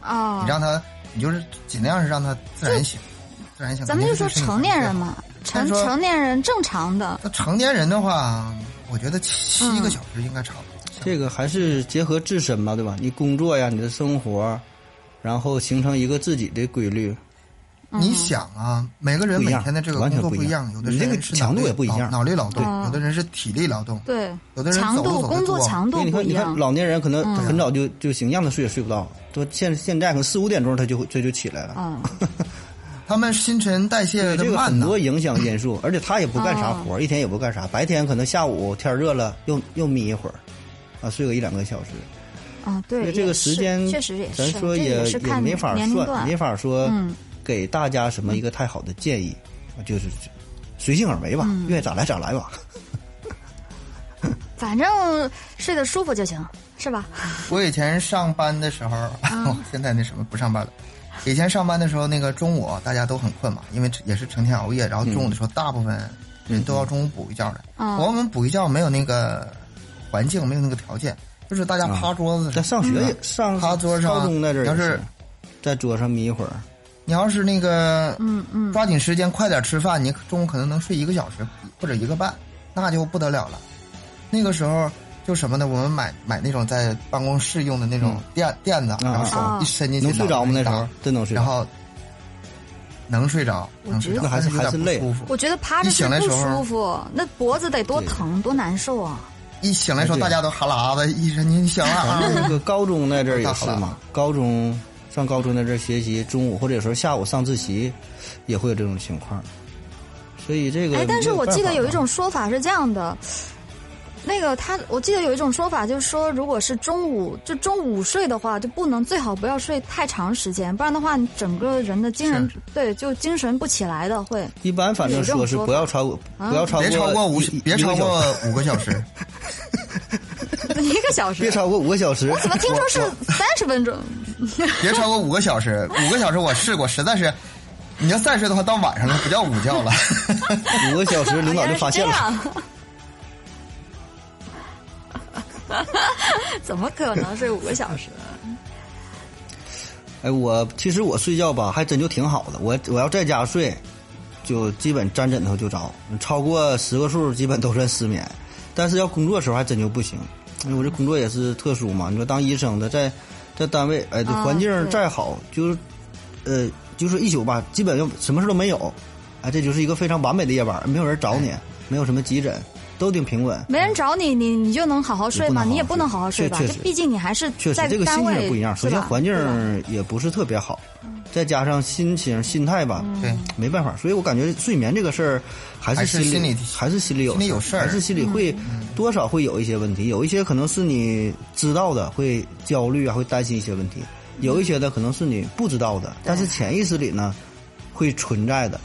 Speaker 3: 啊、
Speaker 2: 你让他，你就是尽量是让他自然醒，自然醒。
Speaker 3: 咱们就说
Speaker 2: 肯定是
Speaker 3: 成年人
Speaker 2: 身体
Speaker 3: 嘛，成
Speaker 2: 但说
Speaker 3: 成年人正常的，
Speaker 2: 最好。那成年人的话，我觉得七七个小时应该差不多。
Speaker 1: 这个还是结合自身嘛，对吧？你工作呀，你的生活，然后形成一个自己的规律，
Speaker 2: 你想啊，每个人
Speaker 1: 不一
Speaker 2: 每
Speaker 1: 样
Speaker 2: 天的这个
Speaker 1: 完
Speaker 2: 工
Speaker 1: 全
Speaker 2: 作
Speaker 1: 不
Speaker 2: 不
Speaker 1: 一
Speaker 2: 一
Speaker 1: 样
Speaker 2: 样，有的
Speaker 1: 你这
Speaker 2: 人
Speaker 1: 个
Speaker 2: 是
Speaker 1: 强
Speaker 2: 脑
Speaker 1: 度
Speaker 2: 力
Speaker 1: 也不一
Speaker 2: 劳
Speaker 1: 样
Speaker 2: 脑力劳动，
Speaker 3: 对
Speaker 2: 有的人是体力劳动，
Speaker 3: 对
Speaker 2: 有的人
Speaker 3: 强
Speaker 2: 走着
Speaker 3: 度
Speaker 2: 走着
Speaker 3: 工作
Speaker 2: 就忘了
Speaker 3: 强
Speaker 1: 所
Speaker 3: 度
Speaker 1: 以哎你
Speaker 3: 不
Speaker 1: 看，
Speaker 3: 一
Speaker 1: 你
Speaker 3: 样嗯
Speaker 1: 看。老年人可能很早就就醒，让他睡也睡不到，都现现在可能四五点钟他就会这就起来了，
Speaker 3: 嗯，
Speaker 2: 他们新陈代谢
Speaker 1: 对
Speaker 2: 的
Speaker 1: 这个
Speaker 2: 慢
Speaker 1: 很
Speaker 2: 呢。
Speaker 1: 多影响因素，而且他也不干
Speaker 3: 哦
Speaker 1: 啥活儿，一天也不干啥，白天可能下午天热了又又眯一会儿，啊，睡个一两个小时，
Speaker 3: 啊，对，
Speaker 1: 对这
Speaker 3: 也
Speaker 1: 个
Speaker 3: 是
Speaker 1: 时间，
Speaker 3: 确实也是，
Speaker 1: 咱说
Speaker 3: 这
Speaker 1: 也
Speaker 3: 是看
Speaker 1: 没法
Speaker 3: 年龄
Speaker 1: 算，
Speaker 3: 段，
Speaker 1: 没法说
Speaker 3: 嗯
Speaker 1: 给大家什么一个太好的建议，就是随性而为吧，
Speaker 3: 嗯
Speaker 1: 愿意咋来咋来吧。
Speaker 3: 反正睡得舒服就行，是吧？
Speaker 2: 我以前上班的时候，
Speaker 3: 嗯
Speaker 2: <laughs> 现在那什么不上班了。以前上班的时候，那个中午大家都很困嘛，因为也是成天熬夜，然后中午的时候大部分人都要中午补一觉的。
Speaker 3: 嗯
Speaker 1: 哦
Speaker 2: 我们补一觉没有那个环境，没有那个条件，就是大
Speaker 1: 啊
Speaker 2: 家趴桌子
Speaker 1: 在
Speaker 2: 上。
Speaker 1: 上学也上
Speaker 2: 趴嗯桌上
Speaker 1: 高中那阵儿也
Speaker 2: 要是
Speaker 1: 是在桌上眯一会儿，
Speaker 2: 你要是那个
Speaker 3: 嗯嗯，
Speaker 2: 抓紧时间快点吃饭，你中午可能能睡一个小时或者一个半，那就不得了了。那个时候就什么呢？我们买买那种在办公室用的那种垫、垫子，然后手
Speaker 3: 啊
Speaker 2: 一伸进去，
Speaker 1: 嗯能睡着吗？那时候真能睡
Speaker 2: 然
Speaker 1: 着。
Speaker 2: 后能睡着，
Speaker 3: 我
Speaker 2: 能睡
Speaker 3: 觉
Speaker 2: 着，
Speaker 3: 得
Speaker 1: 还是
Speaker 2: 但有点
Speaker 1: 还是
Speaker 2: 不舒服。
Speaker 3: 我觉得趴着
Speaker 2: 你
Speaker 3: 睡
Speaker 2: 醒来
Speaker 3: 不
Speaker 2: 时候
Speaker 3: 舒服，
Speaker 1: 啊
Speaker 3: 那脖子得多疼多难受啊！
Speaker 2: 一醒来的时候，
Speaker 1: 哎对
Speaker 2: 大家都哈喇子，一声你醒了
Speaker 1: 咱
Speaker 2: 啊！
Speaker 1: 们那个高中那阵儿
Speaker 2: <laughs>
Speaker 1: 也是
Speaker 2: 太好
Speaker 1: 嘛
Speaker 2: 了，
Speaker 1: 高中上高中那阵儿学习，中午或者有时候下午上自习，也会有这种情况。所以这个没
Speaker 3: 哎
Speaker 1: 办法嘛，，
Speaker 3: 但是我记得有一种说法是这样的，那个他，我记得有一种说法就是说，如果是中午就中午睡的话，就不能最好不要睡太长时间，不然的话，你整个人的精神对就精神不起来的会。
Speaker 1: 一般反正说是不要超过，
Speaker 3: 啊
Speaker 1: 不要 <laughs> 超过
Speaker 2: 别超过五
Speaker 1: 一，一
Speaker 2: 别
Speaker 1: 一个
Speaker 2: 超
Speaker 1: 小
Speaker 2: 过
Speaker 1: 时
Speaker 2: 五个小时。
Speaker 3: 一个小时
Speaker 1: 别，超过五个小时。
Speaker 3: 怎么听说是三十分钟？
Speaker 2: 别超过五个
Speaker 1: <laughs>
Speaker 2: 小时，五个小时我试过，实在是，你要再睡的话，到晚上了不叫午
Speaker 1: <laughs>
Speaker 2: 觉了。
Speaker 1: 五个小时，领导就发现
Speaker 3: 啊哦原
Speaker 1: 了。 <laughs>
Speaker 3: 来是这样怎么可能睡五个小时？
Speaker 1: 嗯哎，我其实我睡觉吧，还真就挺好的。我我要在家睡，就基本沾枕头就着，超过十个数基本都算失眠。但是要工作时候还真就不行，因为我这工作也是特殊嘛。你说当医生的在在单位，哎，这
Speaker 3: 啊
Speaker 1: 环境
Speaker 3: 对
Speaker 1: 再好，就是呃，就是一宿吧，基本就什么事都没有。哎，这就是一个非常完美的夜班，没有人找你，
Speaker 3: 哎
Speaker 1: 没有什么急诊，都挺平稳。
Speaker 3: 没人找你，你你就能好好睡吗？
Speaker 1: 你
Speaker 3: 你也不
Speaker 1: 不
Speaker 3: 能
Speaker 1: 能
Speaker 3: 好
Speaker 1: 好
Speaker 3: 好
Speaker 1: 好
Speaker 3: 睡
Speaker 1: 睡
Speaker 3: 吧？
Speaker 1: 确
Speaker 3: 这
Speaker 1: 确实
Speaker 3: 毕竟你还是
Speaker 1: 确实
Speaker 3: 在，
Speaker 1: 这个
Speaker 3: 单
Speaker 1: 心
Speaker 3: 位
Speaker 1: 情也不一样。首先
Speaker 3: 是吧
Speaker 1: 环境
Speaker 3: 对吧嗯
Speaker 1: 也不是特别好，再加上心情、心态吧，
Speaker 2: 对，
Speaker 1: 没办法。所以我感觉睡眠这个事儿，还
Speaker 2: 还
Speaker 1: 是
Speaker 2: 是
Speaker 1: 心里
Speaker 2: 心里
Speaker 1: 还是心里有
Speaker 2: 心里有事儿
Speaker 1: 还是心里
Speaker 3: 嗯
Speaker 1: 会多少会有一些问题。有一些可能是你知道的，会焦虑啊，会担心一些问题；有一些的可能是你不知道的，但是潜意识里呢会存在的。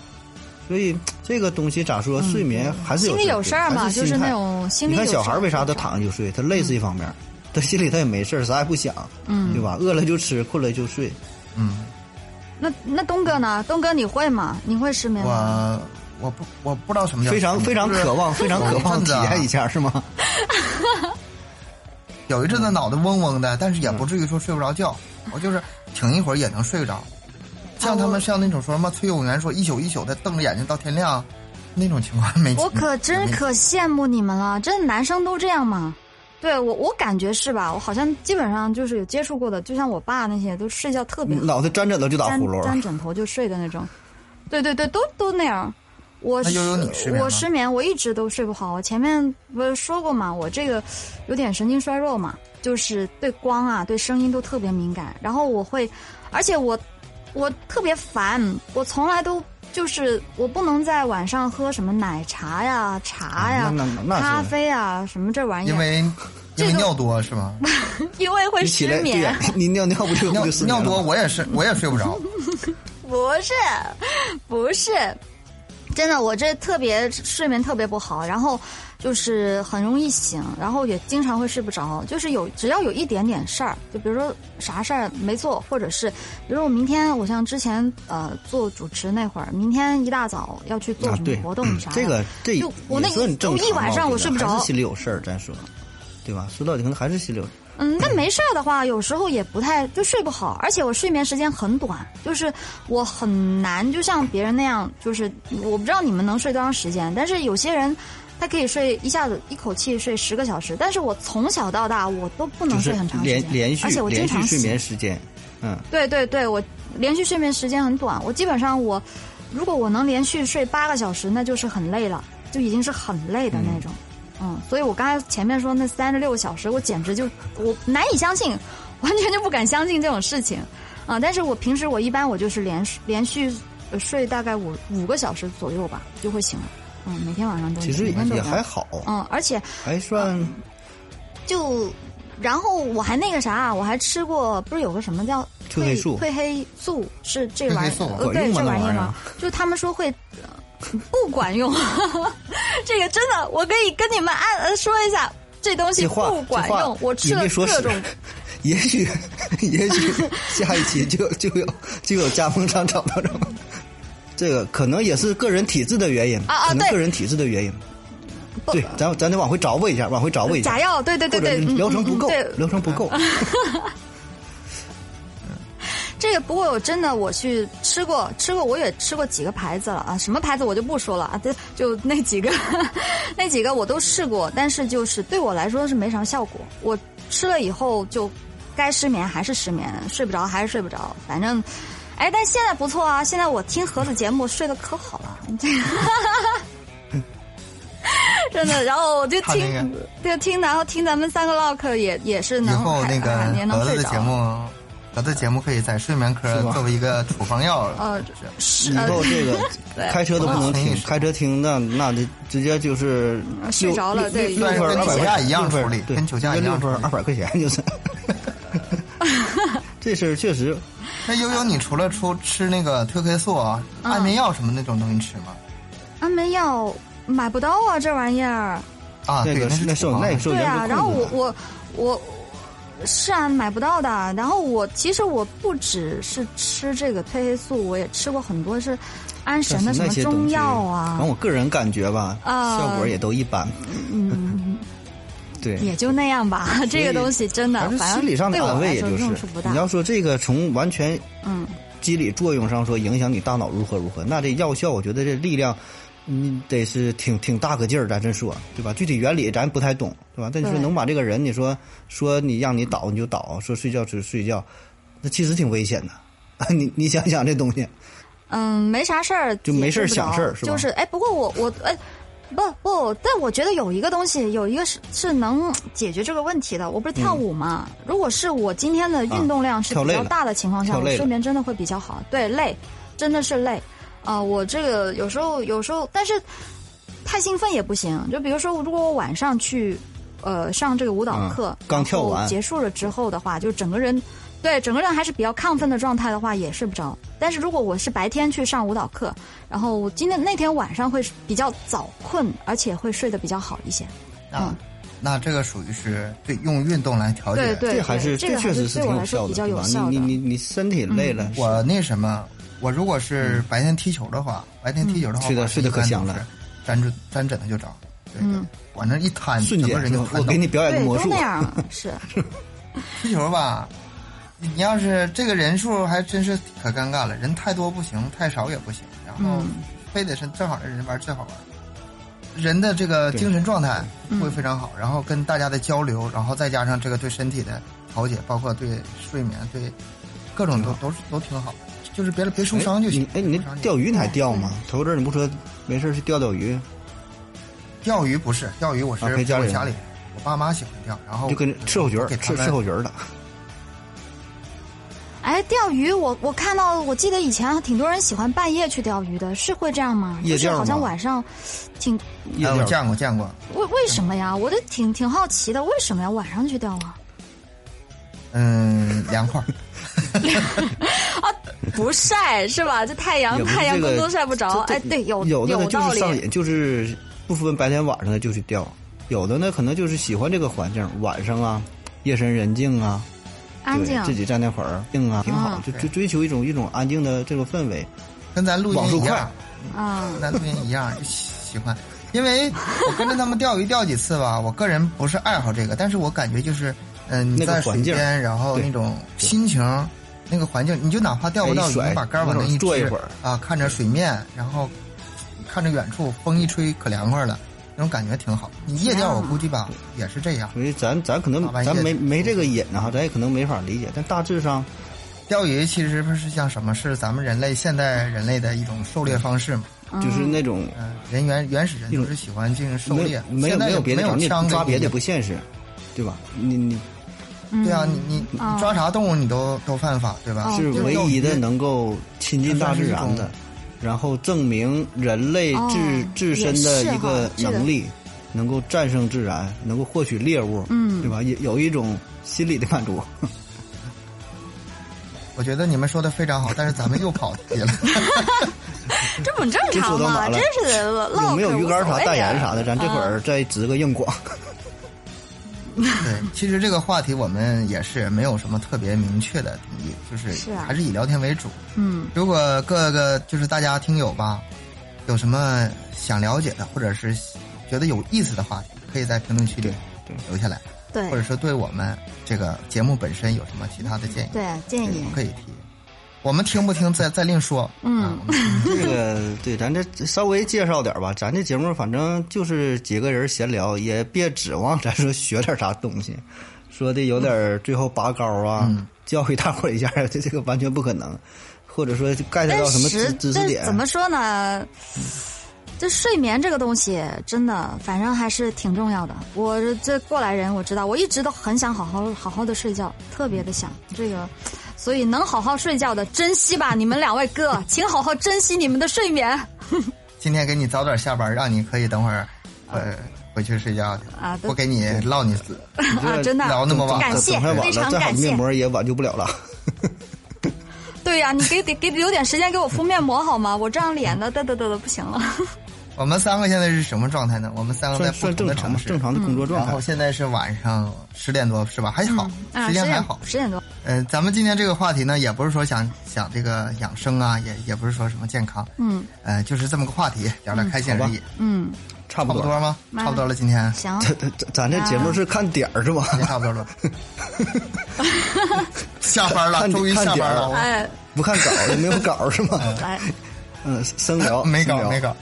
Speaker 1: 所以这个东西咋说？睡眠还是有
Speaker 3: 嗯心里有
Speaker 1: 事
Speaker 3: 事儿嘛，
Speaker 1: 还
Speaker 3: 就是
Speaker 1: 心
Speaker 3: 那
Speaker 1: 态
Speaker 3: 种心里
Speaker 1: 你
Speaker 3: 有
Speaker 1: 看
Speaker 3: 事儿。
Speaker 1: 小孩儿为啥他躺下就睡？他累是一方面儿， <laughs> 他心里他也没事儿，啥也不想，
Speaker 3: 嗯
Speaker 1: 对吧？饿了就吃，困了就睡。
Speaker 2: 嗯，
Speaker 3: 那那东哥呢？东哥你会吗？你会失眠吗？
Speaker 2: 我我不我不知道什么
Speaker 1: 嗯
Speaker 2: 叫
Speaker 1: 非常
Speaker 2: 失眠
Speaker 1: 非常
Speaker 2: 就是
Speaker 1: 渴望，非常
Speaker 2: <laughs>
Speaker 1: 渴
Speaker 2: 有一
Speaker 1: 望体
Speaker 2: 阵子啊
Speaker 1: 验一下，是
Speaker 3: <laughs>
Speaker 1: 吗？
Speaker 2: 有一阵子脑袋嗡嗡的，但是也不至于说睡不着觉，我就是挺一会儿也能睡着。像他
Speaker 3: 我
Speaker 2: 们像那种说什么崔永元说一宿一宿的瞪着眼睛到天亮，那种情况没。
Speaker 3: 我可真
Speaker 1: 嗯
Speaker 2: 没
Speaker 3: 可羡慕你们了，真的男生都这样吗？对我我感觉是吧？我好像基本上就是有接触过的，就像我爸那些都睡觉特别好，
Speaker 1: 脑袋沾枕头就打
Speaker 3: 沾
Speaker 1: 呼噜，
Speaker 3: 沾枕头就睡的那种。对对对，都都那样。我
Speaker 2: 那悠悠你失眠吗
Speaker 3: 我失眠，我一直都睡不好。我前面不是说过嘛，我这个有点神经衰弱嘛，就是对光啊、对声音都特别敏感。然后我会，而且我我特别烦，我从来都就是我不能在晚上喝什么奶茶呀、茶
Speaker 2: 啊
Speaker 3: 呀、
Speaker 1: 那那那是
Speaker 3: 咖啡啊什么这玩意
Speaker 2: 因
Speaker 3: 儿，
Speaker 2: 为因为
Speaker 3: 这个
Speaker 2: 尿多是吗？
Speaker 3: 因为会
Speaker 1: 你起来
Speaker 3: 失
Speaker 1: 对
Speaker 3: 眠
Speaker 1: 呀。，你尿尿不就
Speaker 2: <laughs> 尿
Speaker 1: 就失眠
Speaker 2: 尿
Speaker 1: 了
Speaker 2: 多
Speaker 1: 吗
Speaker 2: 我也是我也睡不着，
Speaker 3: 不是， <laughs> 不是，真的，我这特别睡眠特别不好，然后就是很容易醒，然后也经常会睡不着。就是有只要有一点点事儿，就比如说啥事儿没做，或者是比如说我明天，我像之前呃做主持那会儿，明天一大早要去做
Speaker 1: 啊
Speaker 3: 什
Speaker 1: 对
Speaker 3: 么活动
Speaker 1: 嗯
Speaker 3: 啥的，
Speaker 1: 这个这
Speaker 3: 就我那
Speaker 1: 也是很
Speaker 3: 一
Speaker 1: 正常
Speaker 3: 一晚
Speaker 1: 嘛
Speaker 3: 上我
Speaker 1: 觉得
Speaker 3: 睡不
Speaker 1: 还
Speaker 3: 着
Speaker 1: 是心里有事儿，咱说，对吧？说到底可能还是心里有事儿
Speaker 3: 嗯，但没事儿的话，有时候也不太就睡不好，而且我睡眠时间很短，就是我很难就像别人那样，就是我不知道你们能睡多长时间，但是有些人他可以睡一下子一口气睡十个小时，但是我从小到大我都不能
Speaker 1: 就是
Speaker 3: 睡很长时间，
Speaker 1: 连连续
Speaker 3: 而且我经
Speaker 1: 连续
Speaker 3: 常
Speaker 1: 睡
Speaker 3: 醒
Speaker 1: 眠时间，嗯，
Speaker 3: 对对对，我连续睡眠时间很短，我基本上我如果我能连续睡八个小时，那就是很累了，就已经是很累的那种。嗯所以我刚才前面说那三十六小时，我简直就我难以相信， <laughs> 完全就不敢相信这种事情啊、但是我平时我一般我就是连续连续呃睡大概五五个小时左右吧，就会醒了。嗯，每天晚上都
Speaker 1: 其实
Speaker 3: 每天都
Speaker 1: 也
Speaker 3: 这样
Speaker 1: 还好，
Speaker 3: 嗯，而且
Speaker 1: 还算
Speaker 3: 就，然后我还那个啥，啊我还吃过，不是有个什么叫
Speaker 1: 褪黑素
Speaker 3: 褪黑素是这玩
Speaker 2: 褪黑
Speaker 3: 意儿
Speaker 2: 素，
Speaker 3: 呃
Speaker 1: 管
Speaker 3: 对
Speaker 1: 用吗
Speaker 3: 这
Speaker 1: 那
Speaker 3: 玩意儿
Speaker 1: 玩意儿
Speaker 3: 吗？就他们说会。呃不管用， <laughs> 这个真的，我可以跟你们按呃说一下，这东西
Speaker 1: 这话
Speaker 3: 不管
Speaker 1: 这话
Speaker 3: 用。我吃
Speaker 1: 你
Speaker 3: 了
Speaker 1: 没说
Speaker 3: 各
Speaker 1: 是
Speaker 3: 种，
Speaker 1: 也许也许下一期就就有就有加盟商找到咱们。这个可能也是个人体质的原因，
Speaker 3: 啊
Speaker 1: 可
Speaker 3: 啊
Speaker 1: 能
Speaker 3: 对
Speaker 1: 个人体质的原因。
Speaker 3: 不
Speaker 1: 对，咱咱得往回找补一下，往回找补一下
Speaker 3: 假。药，对对对
Speaker 1: 或者
Speaker 3: 对，嗯
Speaker 1: 疗程
Speaker 3: 嗯
Speaker 1: 不
Speaker 3: 嗯
Speaker 1: 够
Speaker 3: 对，
Speaker 1: 疗程
Speaker 3: <laughs>
Speaker 1: 不够，
Speaker 3: 这个不过我真的我去吃过，吃过我也吃过几个牌子了啊，什么牌子我就不说了啊，这就那几个， <laughs> 那几个我都试过，但是就是对我来说是没啥效果。我吃了以后就该失眠还是失眠，睡不着还是睡不着，反正。哎，但现在不错啊！现在我听盒子节目睡得可好了， <laughs> 真的。然后我就
Speaker 2: 他
Speaker 3: 听，
Speaker 2: 那个
Speaker 3: 就听，然后听咱们三个 lock 也也是
Speaker 2: 以
Speaker 3: 能
Speaker 2: 后
Speaker 3: 还
Speaker 2: 那
Speaker 3: 还
Speaker 2: 个
Speaker 3: 也能
Speaker 2: 格
Speaker 3: 睡
Speaker 2: 子的
Speaker 3: 着。
Speaker 2: 节目，格子节目可以在睡眠科
Speaker 1: 是吧
Speaker 2: 作为一个处方药了。
Speaker 3: 呃，
Speaker 1: 以
Speaker 3: 是呃
Speaker 1: 后这个
Speaker 3: <laughs> 对
Speaker 1: 开车都不能
Speaker 2: 我同
Speaker 1: 听
Speaker 2: 意，
Speaker 1: 开车听那那就直接就是六
Speaker 3: 啊睡着了
Speaker 1: 六
Speaker 3: 对
Speaker 1: 六分
Speaker 2: 但是
Speaker 1: 二
Speaker 2: 跟
Speaker 1: 百
Speaker 2: 酒驾一样处理
Speaker 1: 对
Speaker 2: 跟酒驾一样
Speaker 1: 六分
Speaker 2: 处理
Speaker 1: 二百块钱就是。 <laughs> 这事儿确实，
Speaker 2: 那悠悠，你除了出吃那个褪黑素啊、
Speaker 3: 嗯
Speaker 2: 安眠药什么那种东西吃吗？
Speaker 3: 安眠药买不到啊，这玩意儿。
Speaker 2: 啊，
Speaker 1: 那
Speaker 2: 对，
Speaker 1: 个
Speaker 2: 是
Speaker 1: 那受
Speaker 2: 处方
Speaker 1: 那受
Speaker 3: 对
Speaker 1: 严
Speaker 3: 啊，
Speaker 1: 格
Speaker 3: 然后
Speaker 1: 控制
Speaker 3: 我
Speaker 1: 的
Speaker 3: 我我是啊，买不到的。然后我其实我不只是吃这个褪黑素，我也吃过很多是安
Speaker 1: 但
Speaker 3: 神
Speaker 1: 是
Speaker 3: 的什
Speaker 1: 那
Speaker 3: 么
Speaker 1: 些东
Speaker 3: 中
Speaker 1: 西
Speaker 3: 药
Speaker 1: 反正
Speaker 3: 啊，
Speaker 1: 我个人感觉吧，
Speaker 3: 啊
Speaker 1: 效果也都一般。
Speaker 3: 嗯，
Speaker 1: <laughs> 对，
Speaker 3: 也就那样吧。这个东西真的
Speaker 1: 还，是
Speaker 3: 反正
Speaker 1: 心理上的
Speaker 3: 对我
Speaker 1: 安
Speaker 3: 来
Speaker 1: 慰，也
Speaker 3: 说
Speaker 1: 就
Speaker 3: 用
Speaker 1: 是
Speaker 3: 处不大
Speaker 1: 你。要说这个从完全
Speaker 3: 嗯，
Speaker 1: 机理作用上说影响你大脑如何如何，那这药效我觉得这力量，你得是挺挺大个劲儿，咱这说对吧？具体原理咱不太懂，对吧？但你说
Speaker 3: 对
Speaker 1: 能把这个人，你说说你让你倒你就倒，说睡觉就睡觉，那其实挺危险的。 <laughs> 你你想想这东西，
Speaker 3: 嗯，没啥事儿，
Speaker 1: 就没事儿
Speaker 3: 也睡不着
Speaker 1: 想事儿是吧
Speaker 3: 就是哎，不过我我哎。不不，但我觉得有一个东西，有一个是是能解决这个问题的。我不是跳舞嘛、如果是我今天的运动量
Speaker 1: 嗯啊
Speaker 3: 是
Speaker 1: 跳
Speaker 3: 比
Speaker 1: 累
Speaker 3: 较
Speaker 1: 了
Speaker 3: 大的情况下，
Speaker 1: 跳
Speaker 3: 我
Speaker 1: 累了
Speaker 3: 睡眠真的会比较好。对，累，真的是累。啊、我这个有时候有时候，但是太兴奋也不行。就比如说，如果我晚上去，呃，上这个舞蹈
Speaker 1: 嗯
Speaker 3: 课，然
Speaker 1: 刚跳
Speaker 3: 后
Speaker 1: 完
Speaker 3: 结束了之后的话，就整个人，对整个人还是比较亢奋的状态的话，也睡不着。但是如果我是白天去上舞蹈课，然后我今天那天晚上会比较早困，而且会睡得比较好一些。
Speaker 2: 啊。
Speaker 3: 嗯
Speaker 2: 那这个属于是对用运动来调节。
Speaker 3: 对对，
Speaker 1: 这还是
Speaker 3: 对这个
Speaker 1: 确
Speaker 3: 还
Speaker 1: 实
Speaker 3: 是
Speaker 1: 是
Speaker 3: 对
Speaker 1: 挺
Speaker 3: 我来
Speaker 1: 有
Speaker 3: 说
Speaker 1: 效
Speaker 3: 比
Speaker 1: 的，
Speaker 3: 较
Speaker 1: 对
Speaker 3: 有
Speaker 1: 吧？
Speaker 3: 效的。嗯
Speaker 1: 你你你身体累了，是
Speaker 2: 我那什么，我如果是白天踢球的话，白天踢球的话，
Speaker 1: 睡得
Speaker 2: 我
Speaker 1: 睡得可香了
Speaker 2: 一般都是沾着沾枕头就着。对对
Speaker 3: 嗯，
Speaker 2: 往那一摊，
Speaker 1: 瞬
Speaker 2: 整个
Speaker 1: 间
Speaker 2: 人
Speaker 1: 是
Speaker 2: 就
Speaker 1: 吧
Speaker 2: 瘫
Speaker 1: 我
Speaker 2: 倒
Speaker 1: 给你表演
Speaker 3: 对，
Speaker 1: 个魔
Speaker 3: 都
Speaker 1: 术，<laughs>
Speaker 3: 那样啊是，
Speaker 2: 踢球吧，你要是这个人数还真是可尴尬了，人太多不行，太少也不行，然后
Speaker 3: 嗯
Speaker 2: 非得是正好的人玩最好玩。人的这个
Speaker 1: 对
Speaker 2: 精神状态会非常好，然后跟大家的交流，然后再加上这个对身体的调节，包括对睡眠、对各种都都是都挺好，就是别别受伤就行。
Speaker 1: 哎，你哎你
Speaker 2: 受伤
Speaker 1: 那
Speaker 2: 就行
Speaker 1: 钓鱼你还钓吗？头阵儿你不说没事儿去钓钓鱼，
Speaker 2: 钓鱼不是钓鱼，我是
Speaker 1: 啊
Speaker 2: 陪
Speaker 1: 陪家
Speaker 2: 我
Speaker 1: 里
Speaker 2: 家
Speaker 1: 人
Speaker 2: 里，我爸妈喜欢钓，然后
Speaker 1: 就跟伺候角
Speaker 2: 我
Speaker 1: 儿
Speaker 2: 给他
Speaker 1: 伺
Speaker 2: 们哎
Speaker 1: 伺候角儿的。
Speaker 3: 哎，钓鱼，我我看到，我记得以前挺多人喜欢半夜去钓鱼的，是会这样吗？
Speaker 1: 夜
Speaker 3: 就是
Speaker 1: 钓
Speaker 3: 好像
Speaker 1: 吗
Speaker 3: 晚上挺
Speaker 1: 夜
Speaker 2: 哎我
Speaker 1: 钓
Speaker 2: 见过见过，
Speaker 3: 为为什么呀？我就挺挺好奇的，为什么要晚上去钓啊？
Speaker 2: 嗯，凉快儿。
Speaker 3: 不晒是吧？这太阳
Speaker 1: 也不是
Speaker 3: 太阳
Speaker 1: 这
Speaker 3: 公
Speaker 1: 个
Speaker 3: 都晒不着。哎，对，有
Speaker 1: 有的呢就
Speaker 3: 道
Speaker 1: 是上
Speaker 3: 理。
Speaker 1: 瘾，就是不分白天晚上的就去钓，有的呢可能就是喜欢这个环境，晚上啊，夜深人静啊，
Speaker 3: 安
Speaker 1: 对
Speaker 3: 静，
Speaker 1: 自己在那会儿静啊，挺好，
Speaker 3: 嗯
Speaker 1: 就追追求一种一种安静的这种氛围。
Speaker 2: 跟咱录
Speaker 1: 网速
Speaker 2: 音一
Speaker 1: 快
Speaker 2: 样，
Speaker 3: 嗯
Speaker 2: 跟咱录音一样就喜喜欢，因为我跟着他们钓鱼钓几次吧，我个人不是爱好这个，但是我感觉就是，嗯、你
Speaker 1: 那个
Speaker 2: 在
Speaker 1: 环
Speaker 2: 水
Speaker 1: 境
Speaker 2: 边，然后
Speaker 1: 对
Speaker 2: 那种心情，那个环境，你就哪怕钓不到
Speaker 1: 哎
Speaker 2: 鱼，
Speaker 1: 甩
Speaker 2: 你把竿往那一
Speaker 1: 坐一
Speaker 2: 支
Speaker 1: 会儿
Speaker 2: 啊，看着水面，然后看着远处，风一吹可凉快了，那种感觉挺好。你夜钓我估计吧也是这样，
Speaker 1: 所以咱咱可能
Speaker 2: 大半夜嗯
Speaker 1: 咱
Speaker 2: 的
Speaker 1: 没没这个瘾啊，咱也可能没法理解，但大致上
Speaker 2: 钓鱼其实不是像什么，是咱们人类现代人类的一种狩猎方式嘛。
Speaker 1: 就是那种
Speaker 2: 嗯，人原原始人就是喜欢进行狩猎，
Speaker 1: 没有
Speaker 2: 现在
Speaker 1: 没
Speaker 2: 也
Speaker 1: 有别的
Speaker 2: 没
Speaker 1: 你
Speaker 2: 有枪
Speaker 1: 抓别的也
Speaker 2: 不
Speaker 1: 不现实，对吧？你你
Speaker 2: 对啊，你你你
Speaker 3: 嗯哦
Speaker 2: 抓啥动物你都都犯法，对吧？
Speaker 3: 哦
Speaker 1: 是
Speaker 2: 就是
Speaker 1: 唯
Speaker 2: 钓
Speaker 1: 一
Speaker 2: 鱼
Speaker 1: 的能够亲近大自然的，然后证明人类自、
Speaker 3: 哦
Speaker 1: 自身的一个
Speaker 3: 也是哈
Speaker 1: 能力，能够战胜自然，能够获取猎物，
Speaker 3: 嗯
Speaker 1: 对吧？也有一种心理的满足。
Speaker 2: 我觉得你们说的非常好，但是咱们又跑题了。 <laughs>
Speaker 3: 这不很正
Speaker 1: 这说
Speaker 3: 常
Speaker 1: 到
Speaker 3: 吗？
Speaker 1: 哪了
Speaker 3: 真是的，唠
Speaker 1: 有没有
Speaker 3: 嗑
Speaker 1: 鱼竿
Speaker 3: 无所
Speaker 1: 啥
Speaker 3: 谓
Speaker 1: 代言
Speaker 3: 啊
Speaker 1: 啥的？咱这会儿再植个硬广。
Speaker 2: 对，其实这个话题我们也是没有什么特别明确的定义，就是
Speaker 3: 是啊
Speaker 2: 还是以聊天为主。
Speaker 3: 嗯
Speaker 2: 如果各个就是大家听友吧，有什么想了解的，或者是觉得有意思的话题，可以在评论区里
Speaker 1: 对
Speaker 2: 留下来，
Speaker 3: 对
Speaker 2: 或者是对我们这个节目本身有什么其他的建议。
Speaker 3: 对建
Speaker 2: 对
Speaker 3: 议
Speaker 2: 可以提。我们听不听再再另说。
Speaker 3: 嗯
Speaker 2: 啊我们听
Speaker 1: 这个对，咱这稍微介绍点吧。咱这节目反正就是几个人闲聊，也别指望咱说学点啥东西，说的有点儿最后拔高啊，
Speaker 3: 嗯
Speaker 1: 教育大伙儿一下， <laughs> 这这个完全不可能。或者说就 get
Speaker 3: 但
Speaker 1: 到什么知
Speaker 3: 是
Speaker 1: 知识
Speaker 3: 但
Speaker 1: 点啊
Speaker 3: 怎，么说呢？这睡眠这个东西真的，反正还是挺重要的。我这过来人，我知道，我一直都很想好好好好的睡觉，特别的想这个，所以能好好睡觉的，珍惜吧，你们两位哥，请好好珍惜你们的睡眠
Speaker 2: 今天给你早点下班，让你可以等会
Speaker 1: 啊
Speaker 2: 儿呃回去睡觉去，
Speaker 3: 啊！都
Speaker 2: 不给你唠你死。
Speaker 3: 啊，真的
Speaker 2: 聊那么晚
Speaker 3: 感谢
Speaker 1: 等太，晚
Speaker 3: 非
Speaker 1: 了，
Speaker 3: 常
Speaker 1: 再好
Speaker 3: 感
Speaker 1: 的
Speaker 3: 谢
Speaker 1: 面。膜也挽救不了了。
Speaker 3: 对呀、你给给给留点时间给我敷面膜好吗？我这样脸的嘚嘚嘚的不行了。
Speaker 2: 我们三个现在是什么状态呢？我们三个在
Speaker 1: 算
Speaker 2: 不
Speaker 1: 算正
Speaker 2: 同的
Speaker 1: 常
Speaker 2: 城
Speaker 1: 吧，
Speaker 2: 市，
Speaker 1: 正常的工作状
Speaker 2: 然
Speaker 1: 态嗯
Speaker 3: 嗯
Speaker 2: 后。现在是晚上十点多是吧？还好，时
Speaker 3: 啊，十
Speaker 2: 间还
Speaker 3: 点
Speaker 2: 好。
Speaker 3: 十点多，
Speaker 2: 嗯，咱们今天这个话题呢，也不是说想想这个养生啊，也也不是说什么健康，
Speaker 3: 嗯
Speaker 2: 呃，就是这么个话题，聊聊开心而已，
Speaker 3: 嗯，
Speaker 1: 差
Speaker 2: 差
Speaker 1: 不
Speaker 2: 不
Speaker 1: 多。
Speaker 2: 多吗？
Speaker 3: 妈
Speaker 2: 差不多了，今天
Speaker 3: 行。
Speaker 1: 咱咱咱这节目是看点儿是吧？
Speaker 2: 也差不多
Speaker 1: <laughs>
Speaker 2: 了。下班了，
Speaker 1: 看
Speaker 2: 终于下班
Speaker 1: 看点
Speaker 2: 了。
Speaker 3: 哎，
Speaker 1: 不看稿儿也没有稿儿是吗？
Speaker 3: 来，
Speaker 1: 嗯，生
Speaker 3: <laughs>
Speaker 1: 聊
Speaker 2: 没
Speaker 1: 生
Speaker 2: 搞
Speaker 1: 聊
Speaker 2: 没搞，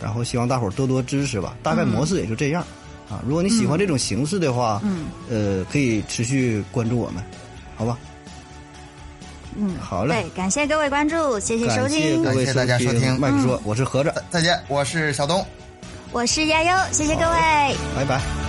Speaker 1: 然后希望大伙儿多多支持吧。大概模式也就这样、啊。如果你喜欢这种形式的话，
Speaker 3: 嗯，
Speaker 1: 呃，可以持续关注我们，好吧？
Speaker 3: 嗯，
Speaker 1: 好嘞
Speaker 3: 对，，感谢各位关注，谢谢收
Speaker 1: 感谢
Speaker 3: 听，嗯
Speaker 1: 各位
Speaker 2: 感谢大家收听
Speaker 1: 麦克说，我是合着，
Speaker 2: 再见，我是小东。
Speaker 3: 我是丫优，谢谢各位。
Speaker 1: 拜拜。